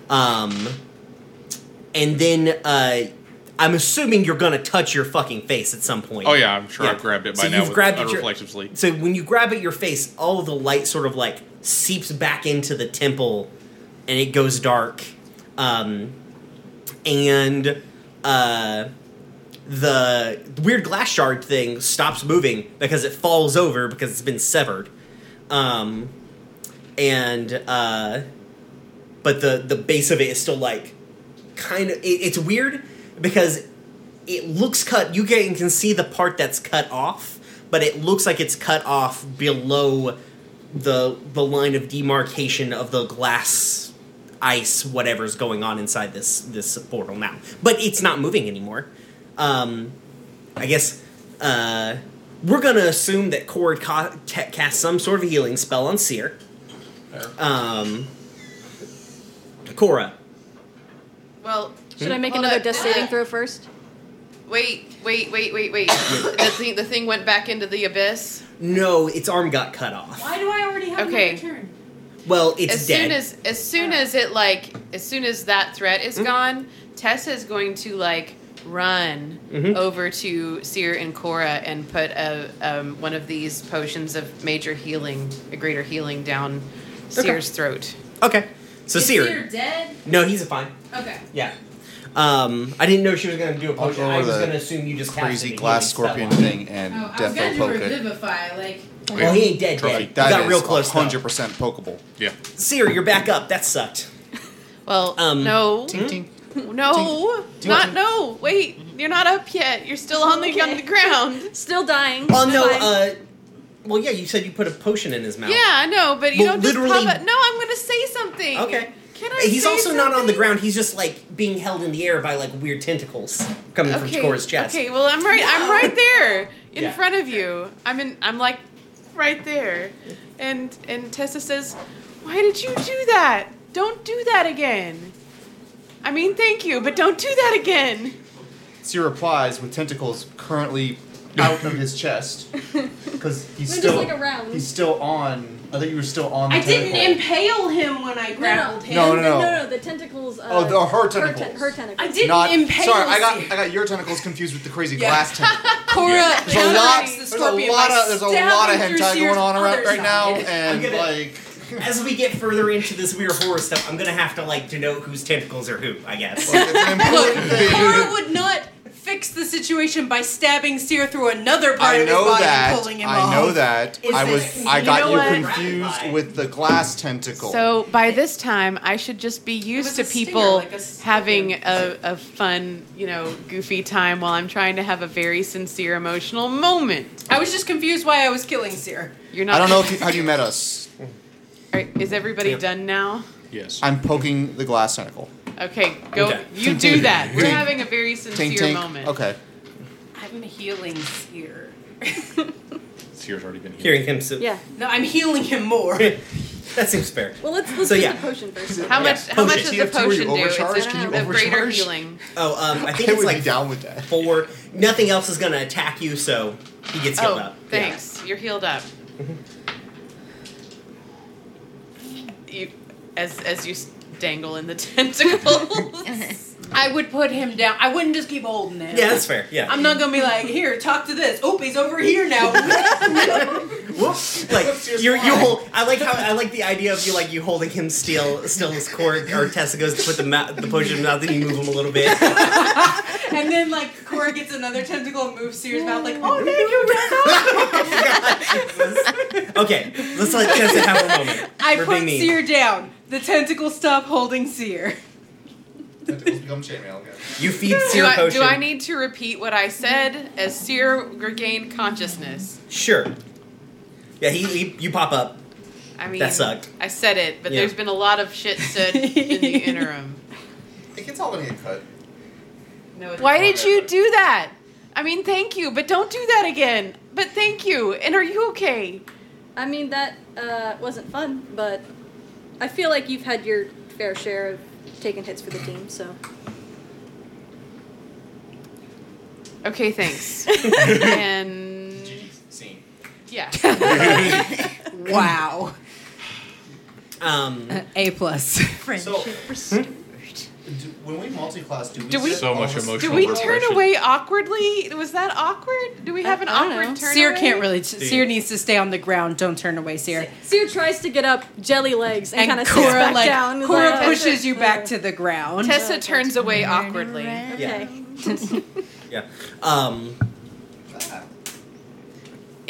Speaker 1: um, and then uh, i'm assuming you're gonna touch your fucking face at some point
Speaker 7: Oh yeah, I'm sure
Speaker 1: Yeah.
Speaker 7: I've grabbed it by
Speaker 1: So
Speaker 7: now.
Speaker 1: you've
Speaker 7: with
Speaker 1: grabbed it,
Speaker 7: a
Speaker 1: you're-
Speaker 7: reflexive sleep.
Speaker 1: so when you grab at your face, all of the light sort of like seeps back into the temple, and it goes dark. Um, and uh, the weird glass shard thing stops moving because it falls over because it's been severed. Um, and uh, but the the base of it is still like kind of it, it's weird because it looks cut. You can, can see the part that's cut off, but it looks like it's cut off below the the line of demarcation of the glass ice whatever's going on inside this this portal now. But it's not moving anymore. Um, I guess uh, we're gonna assume that Cord ca- ca- casts some sort of healing spell on Seer. Um, Cora.
Speaker 2: Well,
Speaker 3: Should I make
Speaker 2: Hold
Speaker 3: another
Speaker 2: up.
Speaker 3: death saving throw first?
Speaker 2: wait, wait, wait, wait, wait. the thing, the thing went back into the abyss.
Speaker 1: No, its arm got cut off.
Speaker 6: Why do I already have
Speaker 2: Okay.
Speaker 6: another turn?
Speaker 1: Well, it's
Speaker 2: as
Speaker 1: dead.
Speaker 2: soon as as soon as it like as soon as that threat
Speaker 1: Mm-hmm.
Speaker 2: is gone, Tessa is going to like run
Speaker 1: Mm-hmm.
Speaker 2: over to Seer and Cora and put a um, one of these potions of major healing, a greater healing down Seer's throat.
Speaker 1: Okay. So
Speaker 6: Is
Speaker 1: Seer.
Speaker 6: Seer dead?
Speaker 1: No, he's fine.
Speaker 6: Okay.
Speaker 1: Yeah. Um, I didn't know she was going to do a potion.
Speaker 4: go
Speaker 1: I was
Speaker 4: with a
Speaker 1: going to assume you just
Speaker 4: Crazy
Speaker 1: casted a
Speaker 4: glass
Speaker 1: healing spell
Speaker 4: scorpion
Speaker 1: on him.
Speaker 4: thing and
Speaker 6: Oh, I was
Speaker 4: death
Speaker 6: gonna do
Speaker 4: poke it.
Speaker 6: revivify, like
Speaker 4: Oh,
Speaker 1: Well, he ain't dead
Speaker 7: Trophy.
Speaker 1: yet. He got real close. though.
Speaker 4: Hundred percent pokeable.
Speaker 7: Yeah.
Speaker 1: Seer, you're back up. That sucked.
Speaker 2: Well,
Speaker 1: Um,
Speaker 2: no, no, not no. Wait, You're not up yet. You're still on the on the
Speaker 3: Okay.
Speaker 2: ground.
Speaker 3: Still dying.
Speaker 1: Oh no!
Speaker 3: Fine.
Speaker 1: Uh, well, yeah, you said you put a potion in his mouth.
Speaker 2: Yeah, I know, but you
Speaker 1: Well,
Speaker 2: don't just
Speaker 1: literally-
Speaker 2: pop up. No, I'm going to say something.
Speaker 1: Okay.
Speaker 2: Can I?
Speaker 1: He's
Speaker 2: say
Speaker 1: also not on the
Speaker 2: something?
Speaker 1: ground. He's just like being held in the air by like weird tentacles coming from Cora's chest.
Speaker 2: Okay, well I'm right I'm right there in
Speaker 1: Yeah.
Speaker 2: front of you. I'm in I'm like right there. And and Tessa says, Why did you do that? Don't do that again. I mean thank you, but don't do that again.
Speaker 4: Seer replies with tentacles currently out of his chest because he's
Speaker 3: They're just
Speaker 4: still
Speaker 3: like around.
Speaker 4: he's still on. I think you were still on. The
Speaker 6: I didn't
Speaker 4: tentacle.
Speaker 6: impale him when
Speaker 3: no,
Speaker 6: I
Speaker 3: no,
Speaker 6: grappled him.
Speaker 4: No, no, no.
Speaker 3: The tentacles. Uh,
Speaker 4: Oh, the- her
Speaker 3: ten-
Speaker 4: tentacles.
Speaker 3: her tentacles.
Speaker 6: I didn't
Speaker 4: Not
Speaker 6: impale.
Speaker 4: sorry, I got
Speaker 6: Seer.
Speaker 4: I got your tentacles confused with the crazy
Speaker 6: Yeah.
Speaker 4: glass tentacles.
Speaker 6: Cora
Speaker 4: There's a lot.
Speaker 6: counteracts the
Speaker 4: There's a
Speaker 6: scorpion
Speaker 4: lot
Speaker 6: by
Speaker 4: of there's a lot of
Speaker 6: stabbing through
Speaker 4: hentai
Speaker 6: Seer's
Speaker 4: going on around
Speaker 6: other
Speaker 4: right now,
Speaker 6: side.
Speaker 4: and
Speaker 1: I'm gonna-
Speaker 4: like
Speaker 1: As we get further into this weird horror stuff, I'm gonna have to like denote whose tentacles are who. I guess.
Speaker 4: like, it's an
Speaker 6: Look,
Speaker 4: important thing.
Speaker 6: Cora would not fix the situation by stabbing Seer through another part
Speaker 4: I
Speaker 6: of his
Speaker 4: know
Speaker 6: body
Speaker 4: that.
Speaker 6: and pulling him
Speaker 4: I
Speaker 6: off.
Speaker 4: know that.
Speaker 6: Is
Speaker 4: I
Speaker 6: this-
Speaker 4: was. I
Speaker 6: you
Speaker 4: got
Speaker 2: know
Speaker 4: you,
Speaker 2: what?
Speaker 4: confused with the glass tentacle.
Speaker 2: So by this time I should just be used
Speaker 6: was
Speaker 2: to
Speaker 6: a stinger,
Speaker 2: people
Speaker 6: like a stinger.
Speaker 2: having a, a fun, you know, goofy time while I'm trying to have a very sincere emotional moment.
Speaker 6: I was just confused why I was killing Seer.
Speaker 2: You're not
Speaker 4: I don't know if you, how you met us.
Speaker 2: All right, is everybody
Speaker 1: Yep.
Speaker 2: done now?
Speaker 7: Yes.
Speaker 4: I'm poking the glass tentacle.
Speaker 2: Okay, go.
Speaker 1: Okay.
Speaker 2: You do that. We're
Speaker 4: Tink.
Speaker 2: having a very sincere
Speaker 4: Tink tink.
Speaker 2: moment.
Speaker 4: Okay.
Speaker 6: I'm healing Seer.
Speaker 7: Seer's already been here.
Speaker 1: Hearing him, so
Speaker 3: Yeah.
Speaker 6: No, I'm healing him more.
Speaker 1: that seems fair.
Speaker 3: Well, let's let's
Speaker 1: So,
Speaker 3: do
Speaker 1: yeah.
Speaker 3: the potion first.
Speaker 2: How much? How much
Speaker 1: Potion.
Speaker 2: does
Speaker 4: Do you
Speaker 2: the
Speaker 4: have Oh, to- were you
Speaker 2: potion do? It's
Speaker 4: overcharged?
Speaker 2: a,
Speaker 4: Can you
Speaker 2: a greater
Speaker 4: overcharge?
Speaker 2: healing.
Speaker 1: Oh, um, I think
Speaker 4: I
Speaker 1: it's
Speaker 4: would
Speaker 1: like
Speaker 4: be down with that.
Speaker 1: four. Nothing else is gonna attack you, so he gets healed
Speaker 2: Oh,
Speaker 1: up. Yeah.
Speaker 2: thanks. You're healed up.
Speaker 4: Mm-hmm.
Speaker 2: You, as as you s- dangle in the tentacles.
Speaker 6: I would put him down. I wouldn't just keep holding him.
Speaker 1: Yeah, that's fair. Yeah.
Speaker 6: I'm not gonna be like, here, talk to this. Oop, he's over here now.
Speaker 1: Whoops. Like you, you hold. I like how I like the idea of you like you holding him still, still his cord. Or Tessa goes to put the ma- the potion in his mouth, then you move him a little bit.
Speaker 6: and then like Cora gets another tentacle and moves Seer's mouth like, oh thank you, Tessa.
Speaker 1: Okay, let's let Tessa have a moment.
Speaker 6: I
Speaker 1: We're being
Speaker 6: put
Speaker 1: mean.
Speaker 6: Seer down. The tentacle stop holding Seer.
Speaker 4: Tentacles become chainmail.
Speaker 1: You feed
Speaker 2: do,
Speaker 1: seer
Speaker 2: I,
Speaker 1: potion.
Speaker 2: do I need to repeat what I said as Seer regained consciousness?
Speaker 1: Sure. Yeah, he, he you pop up.
Speaker 2: I mean,
Speaker 1: That sucked.
Speaker 2: I said it, but
Speaker 1: Yeah.
Speaker 2: there's been a lot of shit said in the interim.
Speaker 4: It gets all in a cut.
Speaker 2: No, Why did you do that? I mean, thank you, but don't do that again. But thank you. And are you okay?
Speaker 3: I mean that uh, wasn't fun, but I feel like you've had your fair share of taking hits for the team. So
Speaker 2: Okay, thanks. and
Speaker 4: Scene.
Speaker 2: yeah.
Speaker 6: Wow.
Speaker 1: Um,
Speaker 2: Uh,
Speaker 6: A plus.
Speaker 4: So
Speaker 5: restored.
Speaker 4: do, when we multi-class, do we
Speaker 2: Do we-
Speaker 4: set
Speaker 7: So
Speaker 4: all
Speaker 7: much
Speaker 4: this-
Speaker 7: emotion.
Speaker 2: Do we turn
Speaker 7: Repression.
Speaker 2: away awkwardly? Was that awkward? Do we have an
Speaker 3: I don't know.
Speaker 2: awkward turn?
Speaker 6: Seer
Speaker 2: away?
Speaker 6: can't really. Seer needs to stay on the ground. Don't turn away, Seer.
Speaker 3: Seer tries to get up, jelly legs, and, kind
Speaker 6: And
Speaker 3: of sits
Speaker 6: Cora
Speaker 3: back
Speaker 6: like
Speaker 3: down.
Speaker 6: Cora
Speaker 3: like,
Speaker 6: pushes you back to the ground.
Speaker 2: Tessa turns away awkwardly.
Speaker 1: yeah,
Speaker 3: Okay.
Speaker 1: yeah. Um,
Speaker 4: Ah,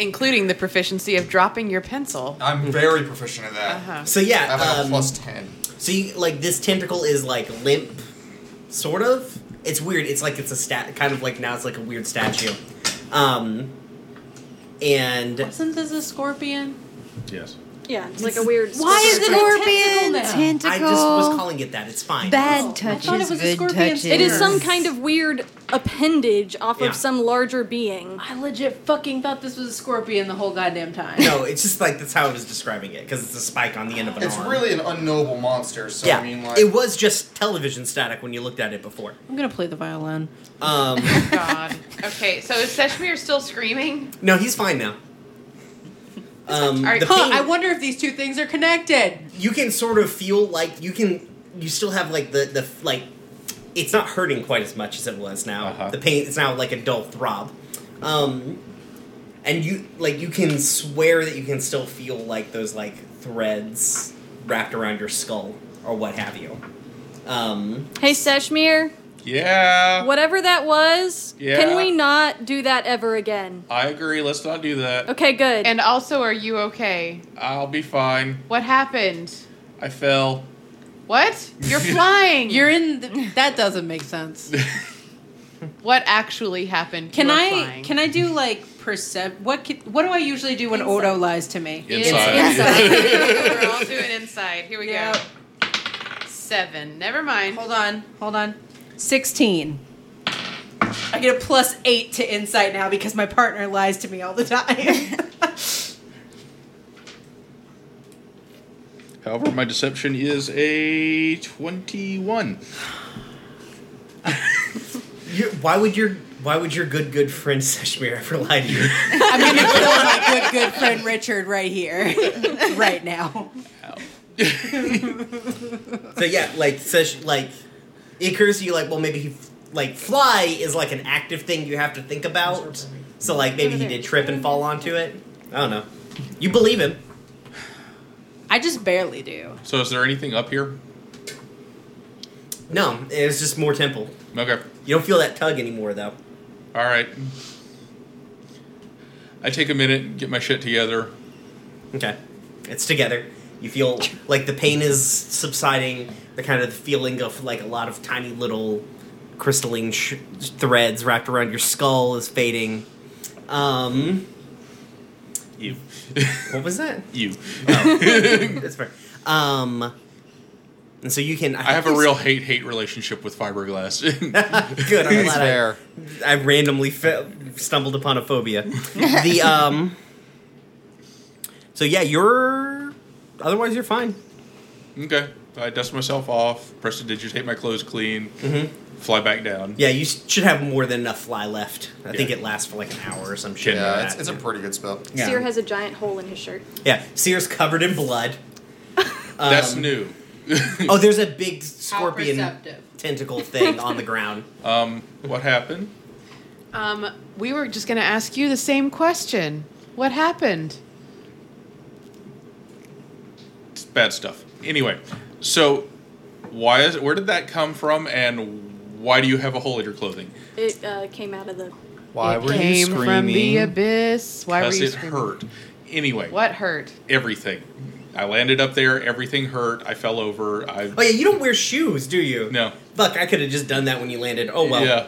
Speaker 2: Including the proficiency of dropping your pencil.
Speaker 4: I'm very proficient at that.
Speaker 2: Uh-huh.
Speaker 1: so
Speaker 4: I have
Speaker 1: yeah,
Speaker 4: like a
Speaker 1: um,
Speaker 4: plus ten.
Speaker 1: so you, like this tentacle is like limp, sort of. It's weird. It's like it's a stat, kind of like now it's like a weird statue. Um, and
Speaker 6: Wasn't this a scorpion?
Speaker 7: Yes.
Speaker 3: Yeah, it's like a weird.
Speaker 6: Why is it a
Speaker 5: Scorpion,
Speaker 6: tentacle now?
Speaker 5: tentacle.
Speaker 1: I just was calling it that. It's fine.
Speaker 5: Bad
Speaker 6: I thought
Speaker 5: touches,
Speaker 6: it was a
Speaker 5: good
Speaker 6: scorpion
Speaker 5: touches.
Speaker 3: It is some
Speaker 6: Yes.
Speaker 3: kind of weird appendage off
Speaker 1: Yeah.
Speaker 3: of some larger being.
Speaker 6: I legit fucking thought this was a scorpion the whole goddamn time.
Speaker 1: No, it's just like that's how I was describing it because it's a spike on the end of an
Speaker 4: It's
Speaker 1: arm.
Speaker 4: really an unknowable monster. So
Speaker 1: yeah.
Speaker 4: I mean, like
Speaker 1: it was just television static when you looked at it before.
Speaker 6: I'm gonna play the violin.
Speaker 1: Um,
Speaker 2: God. Okay, so is Seshmir still screaming?
Speaker 1: no, he's fine now. Um,
Speaker 2: All right,
Speaker 1: the
Speaker 2: huh,
Speaker 1: pain-
Speaker 6: I wonder if these two things are connected.
Speaker 1: you can sort of feel like you can you still have like the the like it's not hurting quite as much as it was now
Speaker 7: Uh-huh.
Speaker 1: the pain is now like a dull throb um and you like you can swear that you can still feel like those like threads wrapped around your skull or what have you um
Speaker 3: Hey, Seshmir,
Speaker 7: Yeah.
Speaker 3: whatever that was,
Speaker 7: Yeah.
Speaker 3: can we not do that ever again?
Speaker 7: I agree. Let's not do that.
Speaker 3: Okay, good.
Speaker 2: And also, are you okay?
Speaker 7: I'll be fine.
Speaker 2: What happened?
Speaker 7: I fell.
Speaker 2: What? You're flying.
Speaker 6: You're in. The, that doesn't make sense.
Speaker 2: What actually happened?
Speaker 6: Can
Speaker 2: You were
Speaker 6: I
Speaker 2: flying.
Speaker 6: can I do like percep? What can, what do I usually do when Odo lies to me?
Speaker 7: Inside.
Speaker 2: Inside. We're all doing inside. Here we
Speaker 6: Yep.
Speaker 2: go. Seven. Never mind.
Speaker 6: Hold on, hold on. Sixteen. I get a plus eight to insight now because my partner lies to me all the time.
Speaker 7: However, my deception is a 21.
Speaker 1: You, why would your Why would your good good friend Seshmir ever lie to you?
Speaker 6: I'm gonna kill my good good friend Richard right here, right now.
Speaker 1: so yeah, like Sesh, like it occurs to you like well maybe he f- like fly is like an active thing you have to think about. So like maybe he did trip and fall onto it. I don't know. You believe him.
Speaker 6: I just barely do.
Speaker 7: So, is there anything up here?
Speaker 1: No, it's just more temple.
Speaker 7: Okay.
Speaker 1: You don't feel that tug anymore though.
Speaker 7: All right. I take a minute, get my shit together.
Speaker 1: Okay. It's together. You feel like the pain is subsiding, the kind of feeling of like a lot of tiny little crystalline sh- threads wrapped around your skull is fading. Um,
Speaker 7: You.
Speaker 1: what was that?
Speaker 7: you.
Speaker 1: Oh, it's fair. Um, and so you can.
Speaker 7: I have a real hate hate relationship with fiberglass.
Speaker 1: good. I'm
Speaker 4: It's
Speaker 1: glad I-
Speaker 4: fair.
Speaker 1: I randomly fe- stumbled upon a phobia. the um. So yeah, you're. Otherwise, you're fine.
Speaker 7: okay. I dust myself off, press the digitate my clothes clean, fly back down.
Speaker 1: Mm-hmm. Yeah, you s- should have more than enough fly left. I think
Speaker 7: Yeah.
Speaker 1: it lasts for like an hour or some shit. like
Speaker 4: Yeah, it's,
Speaker 1: that.
Speaker 4: it's a pretty good spell.
Speaker 1: Yeah.
Speaker 3: Seer has a giant hole in his shirt.
Speaker 1: yeah. Seer's covered in blood.
Speaker 7: That's
Speaker 1: Um,
Speaker 7: new.
Speaker 1: Oh, there's a big scorpion
Speaker 6: perceptive.
Speaker 1: tentacle thing on the ground.
Speaker 7: Um, what happened?
Speaker 2: Um, we were just gonna ask you the same question. What happened?
Speaker 7: It's bad stuff. Anyway, so why is it? Where did that come from, and why do you have a hole in your clothing?
Speaker 3: It uh, came out of the.
Speaker 4: Why
Speaker 2: it
Speaker 4: were
Speaker 2: came
Speaker 4: you
Speaker 2: from the
Speaker 4: screaming?
Speaker 2: abyss. Why were
Speaker 7: Because
Speaker 2: you
Speaker 7: it
Speaker 2: screaming?
Speaker 7: hurt. Anyway,
Speaker 2: What hurt?
Speaker 7: everything. I landed up there. Everything hurt. I fell over. I
Speaker 1: Oh yeah, you don't wear shoes, do you?
Speaker 7: no.
Speaker 1: Fuck, I could have just done that when you landed. Oh well.
Speaker 7: yeah.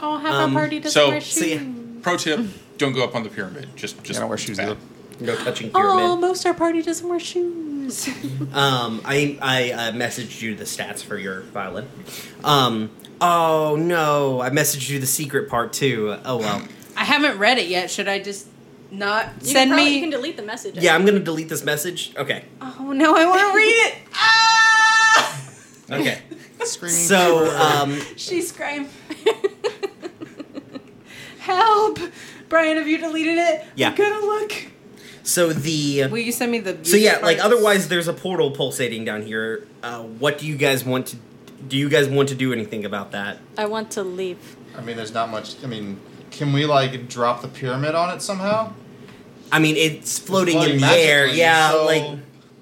Speaker 6: Oh, have
Speaker 1: Um,
Speaker 6: a party to
Speaker 7: so-
Speaker 6: wear
Speaker 1: So yeah,
Speaker 6: shoes.
Speaker 7: Pro tip: Don't go up on the pyramid. Just just
Speaker 4: I don't wear shoes
Speaker 7: back.
Speaker 4: either.
Speaker 1: no touching pyramid.
Speaker 6: Oh, most our party doesn't wear shoes.
Speaker 1: Um, I I uh, messaged you the stats for your violin. Um, oh no, I messaged you the secret part too. Oh well.
Speaker 6: I haven't read it yet. Should I just not
Speaker 3: You
Speaker 6: send
Speaker 3: can probably,
Speaker 6: me?
Speaker 3: You can delete the message.
Speaker 1: Yeah, I'm gonna delete this message. Okay,
Speaker 6: oh no, I want to read it. ah!
Speaker 1: okay.
Speaker 4: Screaming.
Speaker 1: So um,
Speaker 6: She screamed. Help, Brian! Have you deleted it?
Speaker 1: Yeah.
Speaker 6: I'm gonna look.
Speaker 1: so the
Speaker 6: Will you send me the?
Speaker 1: so yeah, like
Speaker 6: parts?
Speaker 1: otherwise, there's a portal pulsating down here. Uh, what do you guys want to? Do you guys want to do anything about that?
Speaker 3: I want to leave.
Speaker 4: I mean, there's not much. I mean, can we like drop the pyramid on it somehow?
Speaker 1: I mean, it's floating,
Speaker 4: Floating
Speaker 1: in the air.
Speaker 4: magically,
Speaker 1: Yeah,
Speaker 4: so
Speaker 1: like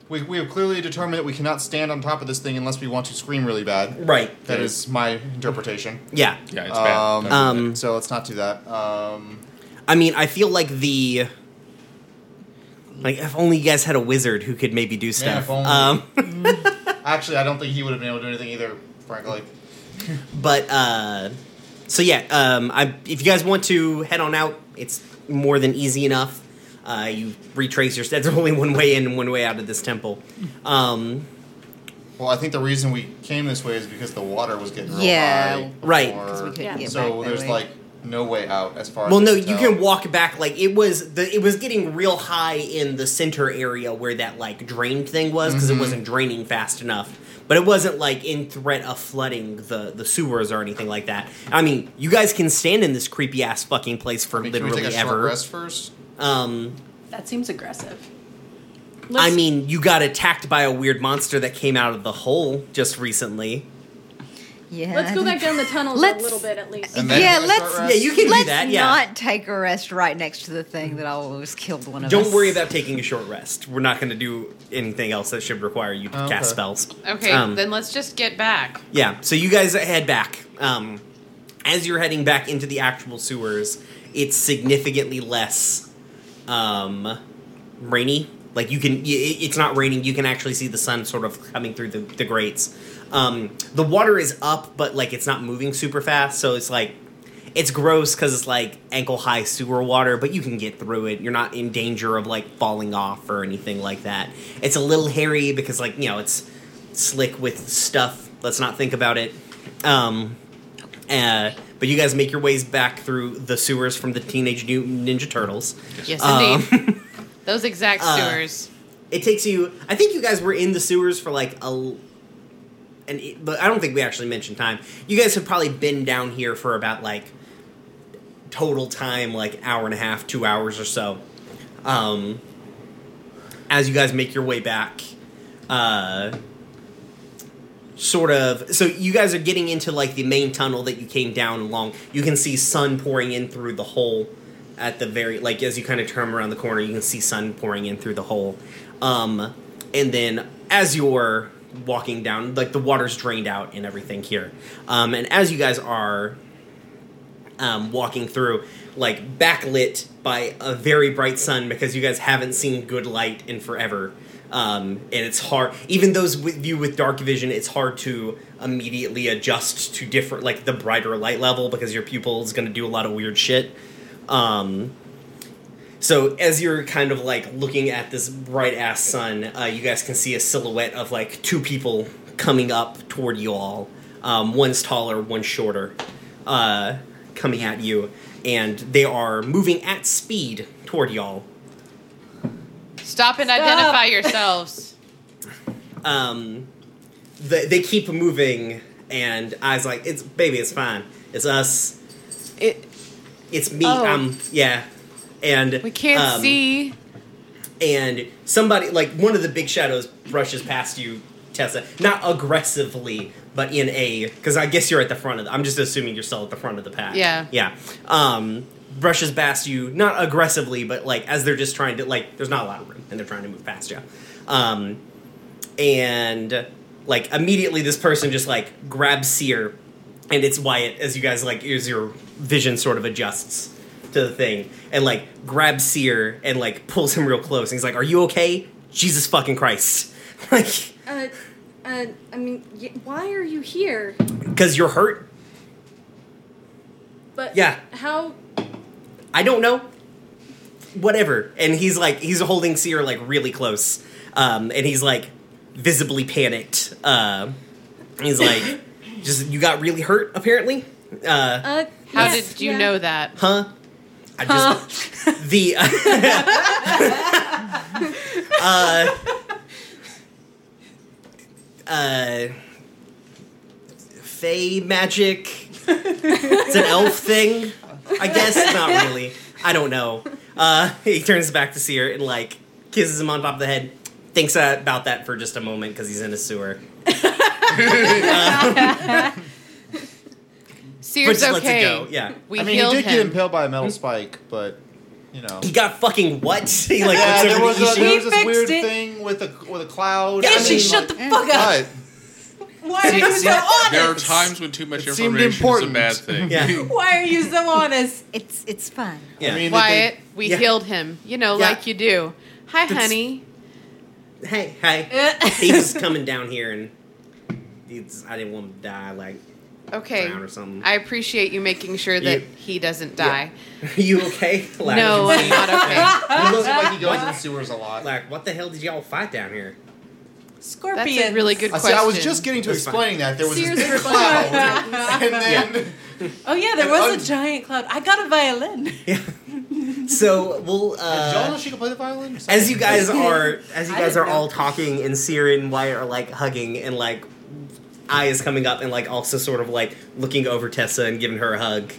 Speaker 4: we we have clearly determined that we cannot stand on top of this thing unless we want to scream really bad.
Speaker 1: right.
Speaker 4: That is my interpretation.
Speaker 1: Yeah.
Speaker 7: Yeah, it's
Speaker 4: Um,
Speaker 7: bad.
Speaker 1: Um,
Speaker 4: So let's not do that. Um,
Speaker 1: I mean, I feel like the like if only you guys had a wizard who could maybe do stuff.
Speaker 4: if only.
Speaker 1: Um,
Speaker 4: actually, I don't think he would have been able to do anything either. Frankly,
Speaker 1: but uh, so yeah, um, I, if you guys want to head on out, it's more than easy enough. Uh, you retrace your steps. There's only one way in and one way out of this temple. Um,
Speaker 4: well, I think the reason we came this way is because the water was getting real
Speaker 5: Yeah.
Speaker 4: high
Speaker 1: Right.
Speaker 4: before.
Speaker 5: 'Cause we couldn't
Speaker 3: Yeah.
Speaker 5: get back
Speaker 4: so
Speaker 5: that
Speaker 4: there's
Speaker 5: way.
Speaker 4: like no way out as far.
Speaker 1: well,
Speaker 4: as
Speaker 1: no,
Speaker 4: I
Speaker 1: you
Speaker 4: tell.
Speaker 1: can walk back. Like it was the it was getting real high in the center area where that like drain thing was because it
Speaker 4: Mm-hmm.
Speaker 1: wasn't draining fast enough. But it wasn't like in threat of flooding the the sewers or anything like that. I mean, you guys can stand in this creepy ass fucking place for
Speaker 4: I mean, can we
Speaker 1: literally
Speaker 4: take a short
Speaker 1: ever.
Speaker 4: rest first?
Speaker 1: Um,
Speaker 6: that seems aggressive.
Speaker 1: I mean, you got attacked by a weird monster that came out of the hole just recently.
Speaker 5: Yeah.
Speaker 3: Let's go
Speaker 5: I
Speaker 3: back
Speaker 5: think-
Speaker 3: down the tunnels a
Speaker 5: Let's-
Speaker 3: little bit at least.
Speaker 4: And then
Speaker 5: Yeah,
Speaker 4: take a short
Speaker 5: let's.
Speaker 4: rest?
Speaker 1: Yeah, you can do
Speaker 5: let's
Speaker 1: that, yeah.
Speaker 5: not take a rest right next to the thing that almost killed one of us.
Speaker 1: Don't worry about taking a short rest. We're not going to do anything else that should require you to
Speaker 4: Oh, Okay.
Speaker 1: cast spells.
Speaker 2: Okay,
Speaker 1: Um,
Speaker 2: then let's just get back.
Speaker 1: Yeah, so you guys head back. Um, as you're heading back into the actual sewers, it's significantly less um, rainy Like you can, y- it- it's not raining. You can actually see the sun sort of coming through the, the grates. Um, the water is up, but like it's not moving super fast, so it's like it's gross because it's like ankle high sewer water, but you can get through it. You're not in danger of like falling off or anything like that. It's a little hairy because like you know it's slick with stuff. Let's not think about it. Um, uh, but you guys make your ways back through the sewers from the Teenage Mutant Ninja Turtles.
Speaker 2: Yes,
Speaker 1: Um,
Speaker 2: indeed. Those exact
Speaker 1: uh,
Speaker 2: sewers.
Speaker 1: it takes you. I think you guys were in the sewers for like a. l- And it, but I don't think we actually mentioned time. You guys have probably been down here for about like total time, like hour and a half, two hours or so. Um, as you guys make your way back, uh, sort of. So you guys are getting into like the main tunnel that you came down along. You can see sun pouring in through the hole at the very like as you kind of turn around the corner. You can see sun pouring in through the hole, um, and then as you're walking down, like the water's drained out and everything here. Um, and as you guys are um, walking through, like backlit by a very bright sun because you guys haven't seen good light in forever. Um, and it's hard, even those with you with dark vision, it's hard to immediately adjust to different, like the brighter light level because your pupil is going to do a lot of weird shit. Um, so as you're kind of like looking at this bright ass sun, uh, you guys can see a silhouette of like two people coming up toward you all. Um, one's taller, one's shorter, uh, coming at you, and they are moving at speed toward y'all.
Speaker 2: Stop and identify yourselves.
Speaker 1: Um, they, they keep moving, and I was like, "It's baby, it's fine. It's us.
Speaker 2: It,
Speaker 1: It's me.
Speaker 2: Oh.
Speaker 1: I'm yeah." And
Speaker 2: we can't
Speaker 1: um,
Speaker 2: see.
Speaker 1: and somebody like one of the big shadows brushes past you tessa not aggressively but in a because i guess you're at the front of the, i'm just assuming you're still at the front of the pack
Speaker 2: Yeah.
Speaker 1: yeah um brushes past you not aggressively but like as they're just trying to like there's not a lot of room and they're trying to move past you um and like immediately this person just like grabs Seer, and it's Wyatt as you guys like as your vision sort of adjusts to the thing, and like grabs Seer and like pulls him real close, and he's like, "Are you okay? Jesus fucking Christ!" Like,
Speaker 3: Uh, uh, I mean, y- why are you here?
Speaker 1: because you're hurt.
Speaker 3: But
Speaker 1: Yeah.
Speaker 3: how?
Speaker 1: I don't know. Whatever. And he's like, he's holding Seer like really close. Um, and he's like visibly panicked. Uh, he's like, just, you got really hurt apparently? Uh,
Speaker 3: Uh,
Speaker 2: How
Speaker 3: yes,
Speaker 2: did you
Speaker 3: yeah.
Speaker 2: know that?
Speaker 1: huh? I just, the, uh, uh, Fey magic. It's an elf thing, I guess. Not really. I don't know. Uh, he turns back to see her and like kisses him on top of the head. Thinks uh, about that for just a moment because he's in a sewer. But
Speaker 2: Sears
Speaker 1: just lets it
Speaker 2: okay.
Speaker 1: go. Yeah.
Speaker 2: We
Speaker 4: I mean, he
Speaker 2: healed
Speaker 4: did
Speaker 2: him.
Speaker 4: get impaled by a metal spike, but you know.
Speaker 1: He got fucking what? He like
Speaker 4: yeah,
Speaker 1: looks
Speaker 4: there
Speaker 1: over
Speaker 4: was,
Speaker 1: to
Speaker 4: a,
Speaker 1: Ishii.
Speaker 4: there was this
Speaker 6: fixed
Speaker 4: weird
Speaker 6: it.
Speaker 4: thing with a with a cloud.
Speaker 1: Yeah,
Speaker 4: I
Speaker 1: Ishii,
Speaker 4: mean,
Speaker 6: shut the fuck up.
Speaker 4: what?
Speaker 6: Why are you so
Speaker 7: There are
Speaker 6: honest?
Speaker 7: times when too much
Speaker 4: It seemed
Speaker 7: information is a
Speaker 4: important.
Speaker 7: bad thing.
Speaker 1: Yeah.
Speaker 6: Why are you so honest?
Speaker 9: It's it's fun.
Speaker 1: Yeah.
Speaker 4: I mean,
Speaker 2: Wyatt, we
Speaker 1: Yeah.
Speaker 2: healed him. You know,
Speaker 1: Yeah.
Speaker 2: like you do. Hi,
Speaker 1: That's-
Speaker 2: honey.
Speaker 1: hey, hey. he was coming down here and he's, I didn't want him to die. Like,
Speaker 2: Okay.
Speaker 1: Brown or something.
Speaker 2: I appreciate you making sure that
Speaker 1: You-
Speaker 2: he doesn't die.
Speaker 1: are you okay? Like,
Speaker 2: No, I'm not okay.
Speaker 4: he looks like he goes in the sewers a lot.
Speaker 1: Like, what the hell did y'all fight down here?
Speaker 6: Scorpion.
Speaker 2: That's a really good
Speaker 4: I
Speaker 2: question.
Speaker 4: see. I was just getting to
Speaker 1: That's fine.
Speaker 4: explaining that there was
Speaker 3: Sears
Speaker 4: this big
Speaker 3: were
Speaker 4: cloud,
Speaker 3: fine.
Speaker 4: and then
Speaker 6: Oh yeah, there
Speaker 4: And
Speaker 6: was
Speaker 4: un-
Speaker 6: a giant cloud. I got a violin.
Speaker 1: So we'll.
Speaker 4: did y'all know
Speaker 1: Uh,
Speaker 4: she could play the violin?
Speaker 1: as you guys are, as you
Speaker 6: I
Speaker 1: guys
Speaker 6: didn't
Speaker 1: are all
Speaker 6: know.
Speaker 1: talking, and Sierra and Wyatt are like hugging, and like, I is coming up, and like also sort of like looking over Tessa and giving her a hug.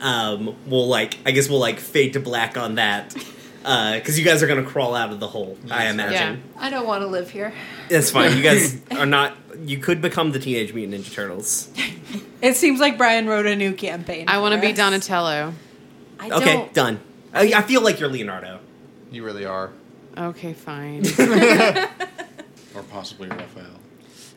Speaker 1: Um, we'll like, I guess we'll like fade to black on that, because you guys are gonna crawl out of the hole, I
Speaker 4: Yes.
Speaker 1: imagine.
Speaker 6: I don't want to live here.
Speaker 1: That's fine. You guys are not. You could become the Teenage Mutant Ninja Turtles.
Speaker 6: It seems like Brian wrote a new campaign.
Speaker 2: I want to
Speaker 6: for
Speaker 2: be
Speaker 6: us.
Speaker 2: Donatello.
Speaker 6: I
Speaker 1: Okay,
Speaker 6: don't.
Speaker 1: done. I, I feel like you're Leonardo.
Speaker 4: you really are.
Speaker 2: Okay, fine.
Speaker 7: Or possibly Raphael.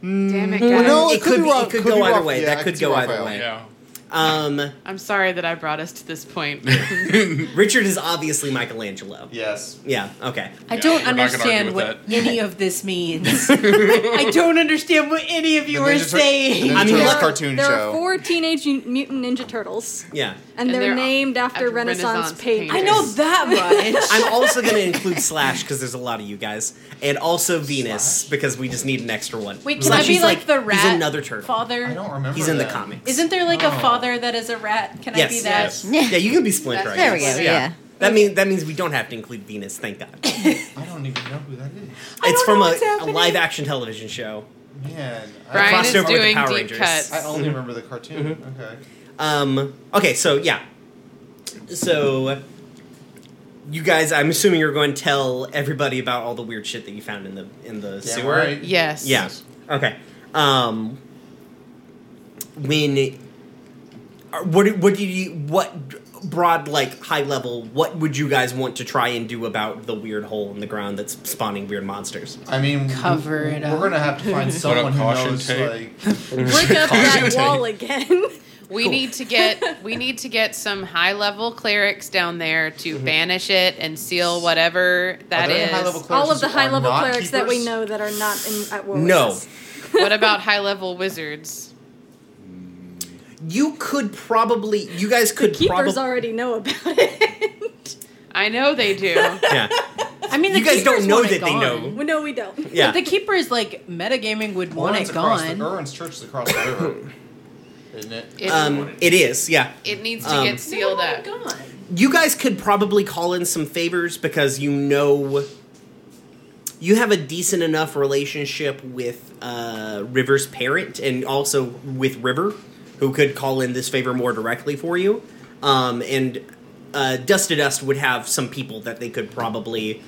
Speaker 2: Damn it,
Speaker 4: Well,
Speaker 2: guys.
Speaker 4: no, it,
Speaker 1: It could
Speaker 4: be
Speaker 1: be-
Speaker 4: Ra-
Speaker 1: it could
Speaker 4: be
Speaker 1: go either
Speaker 4: Raphael.
Speaker 1: way.
Speaker 4: Yeah,
Speaker 1: That
Speaker 4: it
Speaker 1: could
Speaker 4: be
Speaker 1: go either
Speaker 4: Raphael.
Speaker 1: way.
Speaker 7: Yeah.
Speaker 1: Um,
Speaker 2: I'm sorry that I brought us to this point.
Speaker 1: Richard is obviously Michelangelo.
Speaker 4: Yes.
Speaker 1: Yeah, okay.
Speaker 6: I
Speaker 10: Yeah,
Speaker 6: don't
Speaker 10: we're not gonna argue
Speaker 6: understand
Speaker 10: with
Speaker 6: what any of this means. I don't understand what any of you
Speaker 4: The
Speaker 6: are
Speaker 4: Ninja Tur-
Speaker 6: saying.
Speaker 4: the
Speaker 1: I
Speaker 4: Ninja
Speaker 1: mean,
Speaker 4: Turtles
Speaker 1: there-
Speaker 4: cartoon
Speaker 3: there
Speaker 4: show.
Speaker 3: are four Teenage Mu- Mutant Ninja Turtles,
Speaker 1: Yeah.
Speaker 3: and,
Speaker 2: And
Speaker 3: they're,
Speaker 2: they're
Speaker 3: named after,
Speaker 2: after
Speaker 3: Renaissance,
Speaker 2: Renaissance
Speaker 3: painters.
Speaker 6: I know that much.
Speaker 1: I'm also going to include Slash because there's a lot of you guys, and also Venus because we just need an extra one.
Speaker 6: Wait, can
Speaker 1: Slash
Speaker 6: I be
Speaker 1: is
Speaker 6: like, the rat?
Speaker 1: He's another turtle.
Speaker 6: Father?
Speaker 4: I don't remember.
Speaker 1: He's in the
Speaker 4: them.
Speaker 1: comics.
Speaker 6: Isn't there like
Speaker 4: Oh.
Speaker 6: a father that is a rat? Can
Speaker 1: Yes.
Speaker 6: I be that?
Speaker 10: Yes.
Speaker 1: Yeah, you can be Splinter. I
Speaker 11: There we
Speaker 1: guess.
Speaker 11: go, yeah.
Speaker 1: That means that means we don't have to include Venus. Thank God.
Speaker 4: I don't even know who that is.
Speaker 1: it's
Speaker 6: don't
Speaker 1: from
Speaker 6: know
Speaker 1: a,
Speaker 6: what's
Speaker 1: a
Speaker 6: happening.
Speaker 1: live action television show.
Speaker 4: Man. I-
Speaker 2: Brian
Speaker 1: Crossed
Speaker 2: is
Speaker 1: over with the
Speaker 2: doing
Speaker 1: Power
Speaker 2: deep
Speaker 1: Rangers.
Speaker 2: cuts.
Speaker 4: I
Speaker 1: Mm-hmm.
Speaker 4: only remember the cartoon. Okay.
Speaker 1: Um. Okay. So yeah. So. You guys, I'm assuming you're going to tell everybody about all the weird shit that you found in the in the
Speaker 4: Damn
Speaker 1: sewer.
Speaker 4: right.
Speaker 2: yes.
Speaker 1: Yeah. Okay. Um. When. are- What do- what do you what broad like high level what would you guys want to try and do about the weird hole in the ground that's spawning weird monsters?
Speaker 4: I mean,
Speaker 6: Cover it
Speaker 4: we're
Speaker 6: up.
Speaker 4: gonna have to find someone who
Speaker 10: caution
Speaker 4: knows,
Speaker 10: tape.
Speaker 4: like,
Speaker 3: Brick up that wall again.
Speaker 2: We need to get we need to get some high level clerics down there to banish it and seal whatever that
Speaker 4: Mm-hmm. there any
Speaker 2: is.
Speaker 4: high-level clerics?
Speaker 3: All of the
Speaker 4: Are
Speaker 3: high level
Speaker 4: not
Speaker 3: clerics that we
Speaker 4: keepers?
Speaker 3: know that are not in, at war. with
Speaker 1: No,
Speaker 3: us.
Speaker 2: what about high level wizards?
Speaker 1: you could probably you guys could
Speaker 3: keepers
Speaker 1: probably
Speaker 3: already know about it.
Speaker 2: I know they do.
Speaker 1: yeah.
Speaker 6: I mean, the
Speaker 1: You guys don't
Speaker 6: keepers
Speaker 1: know
Speaker 6: want it
Speaker 1: that they
Speaker 6: gone.
Speaker 1: know.
Speaker 3: well, no, we don't.
Speaker 1: Yeah.
Speaker 6: But the keeper is like metagaming would want
Speaker 4: Orin's
Speaker 6: it
Speaker 4: across the-
Speaker 6: gone.
Speaker 4: Orin's church is across the river, isn't it?
Speaker 2: It,
Speaker 1: Um, it is, yeah.
Speaker 2: it needs to
Speaker 1: um,
Speaker 2: get sealed
Speaker 3: Oh
Speaker 6: They
Speaker 2: up.
Speaker 6: want it gone.
Speaker 1: You guys could probably call in some favors because you know you have a decent enough relationship with uh, River's parent and also with River, who could call in this favor more directly for you. Um, and uh, Dust to Dust would have some people that they could probably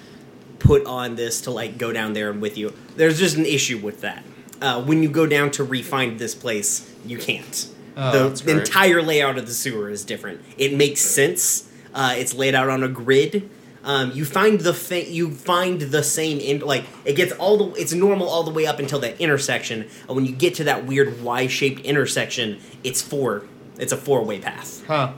Speaker 1: put on this to like go down there and with you. There's just an issue with that. Uh, when you go down to refind this place, you can't.
Speaker 4: Oh,
Speaker 1: the
Speaker 4: that's great.
Speaker 1: entire layout of the sewer is different. It makes sense. Uh, it's laid out on a grid. Um, you find the fa- you find the same in- like it gets all the it's normal all the way up until that intersection. And when you get to that weird Y shaped intersection, it's four. It's a four way path.
Speaker 4: Huh.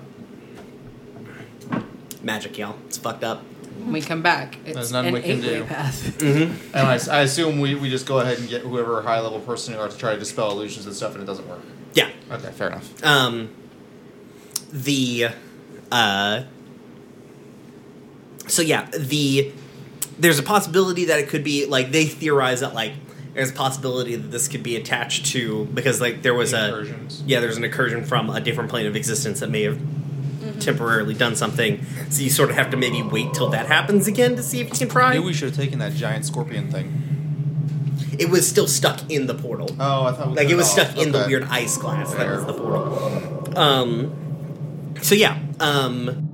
Speaker 1: Magic y'all. It's fucked up.
Speaker 6: When we come back, it's
Speaker 4: There's nothing
Speaker 6: an
Speaker 4: we can
Speaker 6: eight-way
Speaker 4: do.
Speaker 6: path.
Speaker 1: Mm-hmm.
Speaker 4: And I, I assume we, we just go ahead and get whoever high level person who are to try to dispel illusions and stuff, and it doesn't work.
Speaker 1: Yeah.
Speaker 4: Okay, fair enough.
Speaker 1: um, the uh, so yeah the there's a possibility that it could be like they theorize that like there's a possibility that this could be attached to because like there was a
Speaker 4: Incursions.
Speaker 1: yeah there's an incursion from a different plane of existence that may have temporarily done something so you sort of have to maybe wait till that happens again to see if you can
Speaker 4: I
Speaker 1: try
Speaker 4: knew we should have taken that giant scorpion thing.
Speaker 1: it was still stuck in the portal
Speaker 4: Oh, I thought we
Speaker 1: Like
Speaker 4: cut
Speaker 1: it was
Speaker 4: off.
Speaker 1: stuck in the
Speaker 4: Okay.
Speaker 1: weird ice glass. That
Speaker 4: Fair.
Speaker 1: was the portal. Um. So yeah. Um.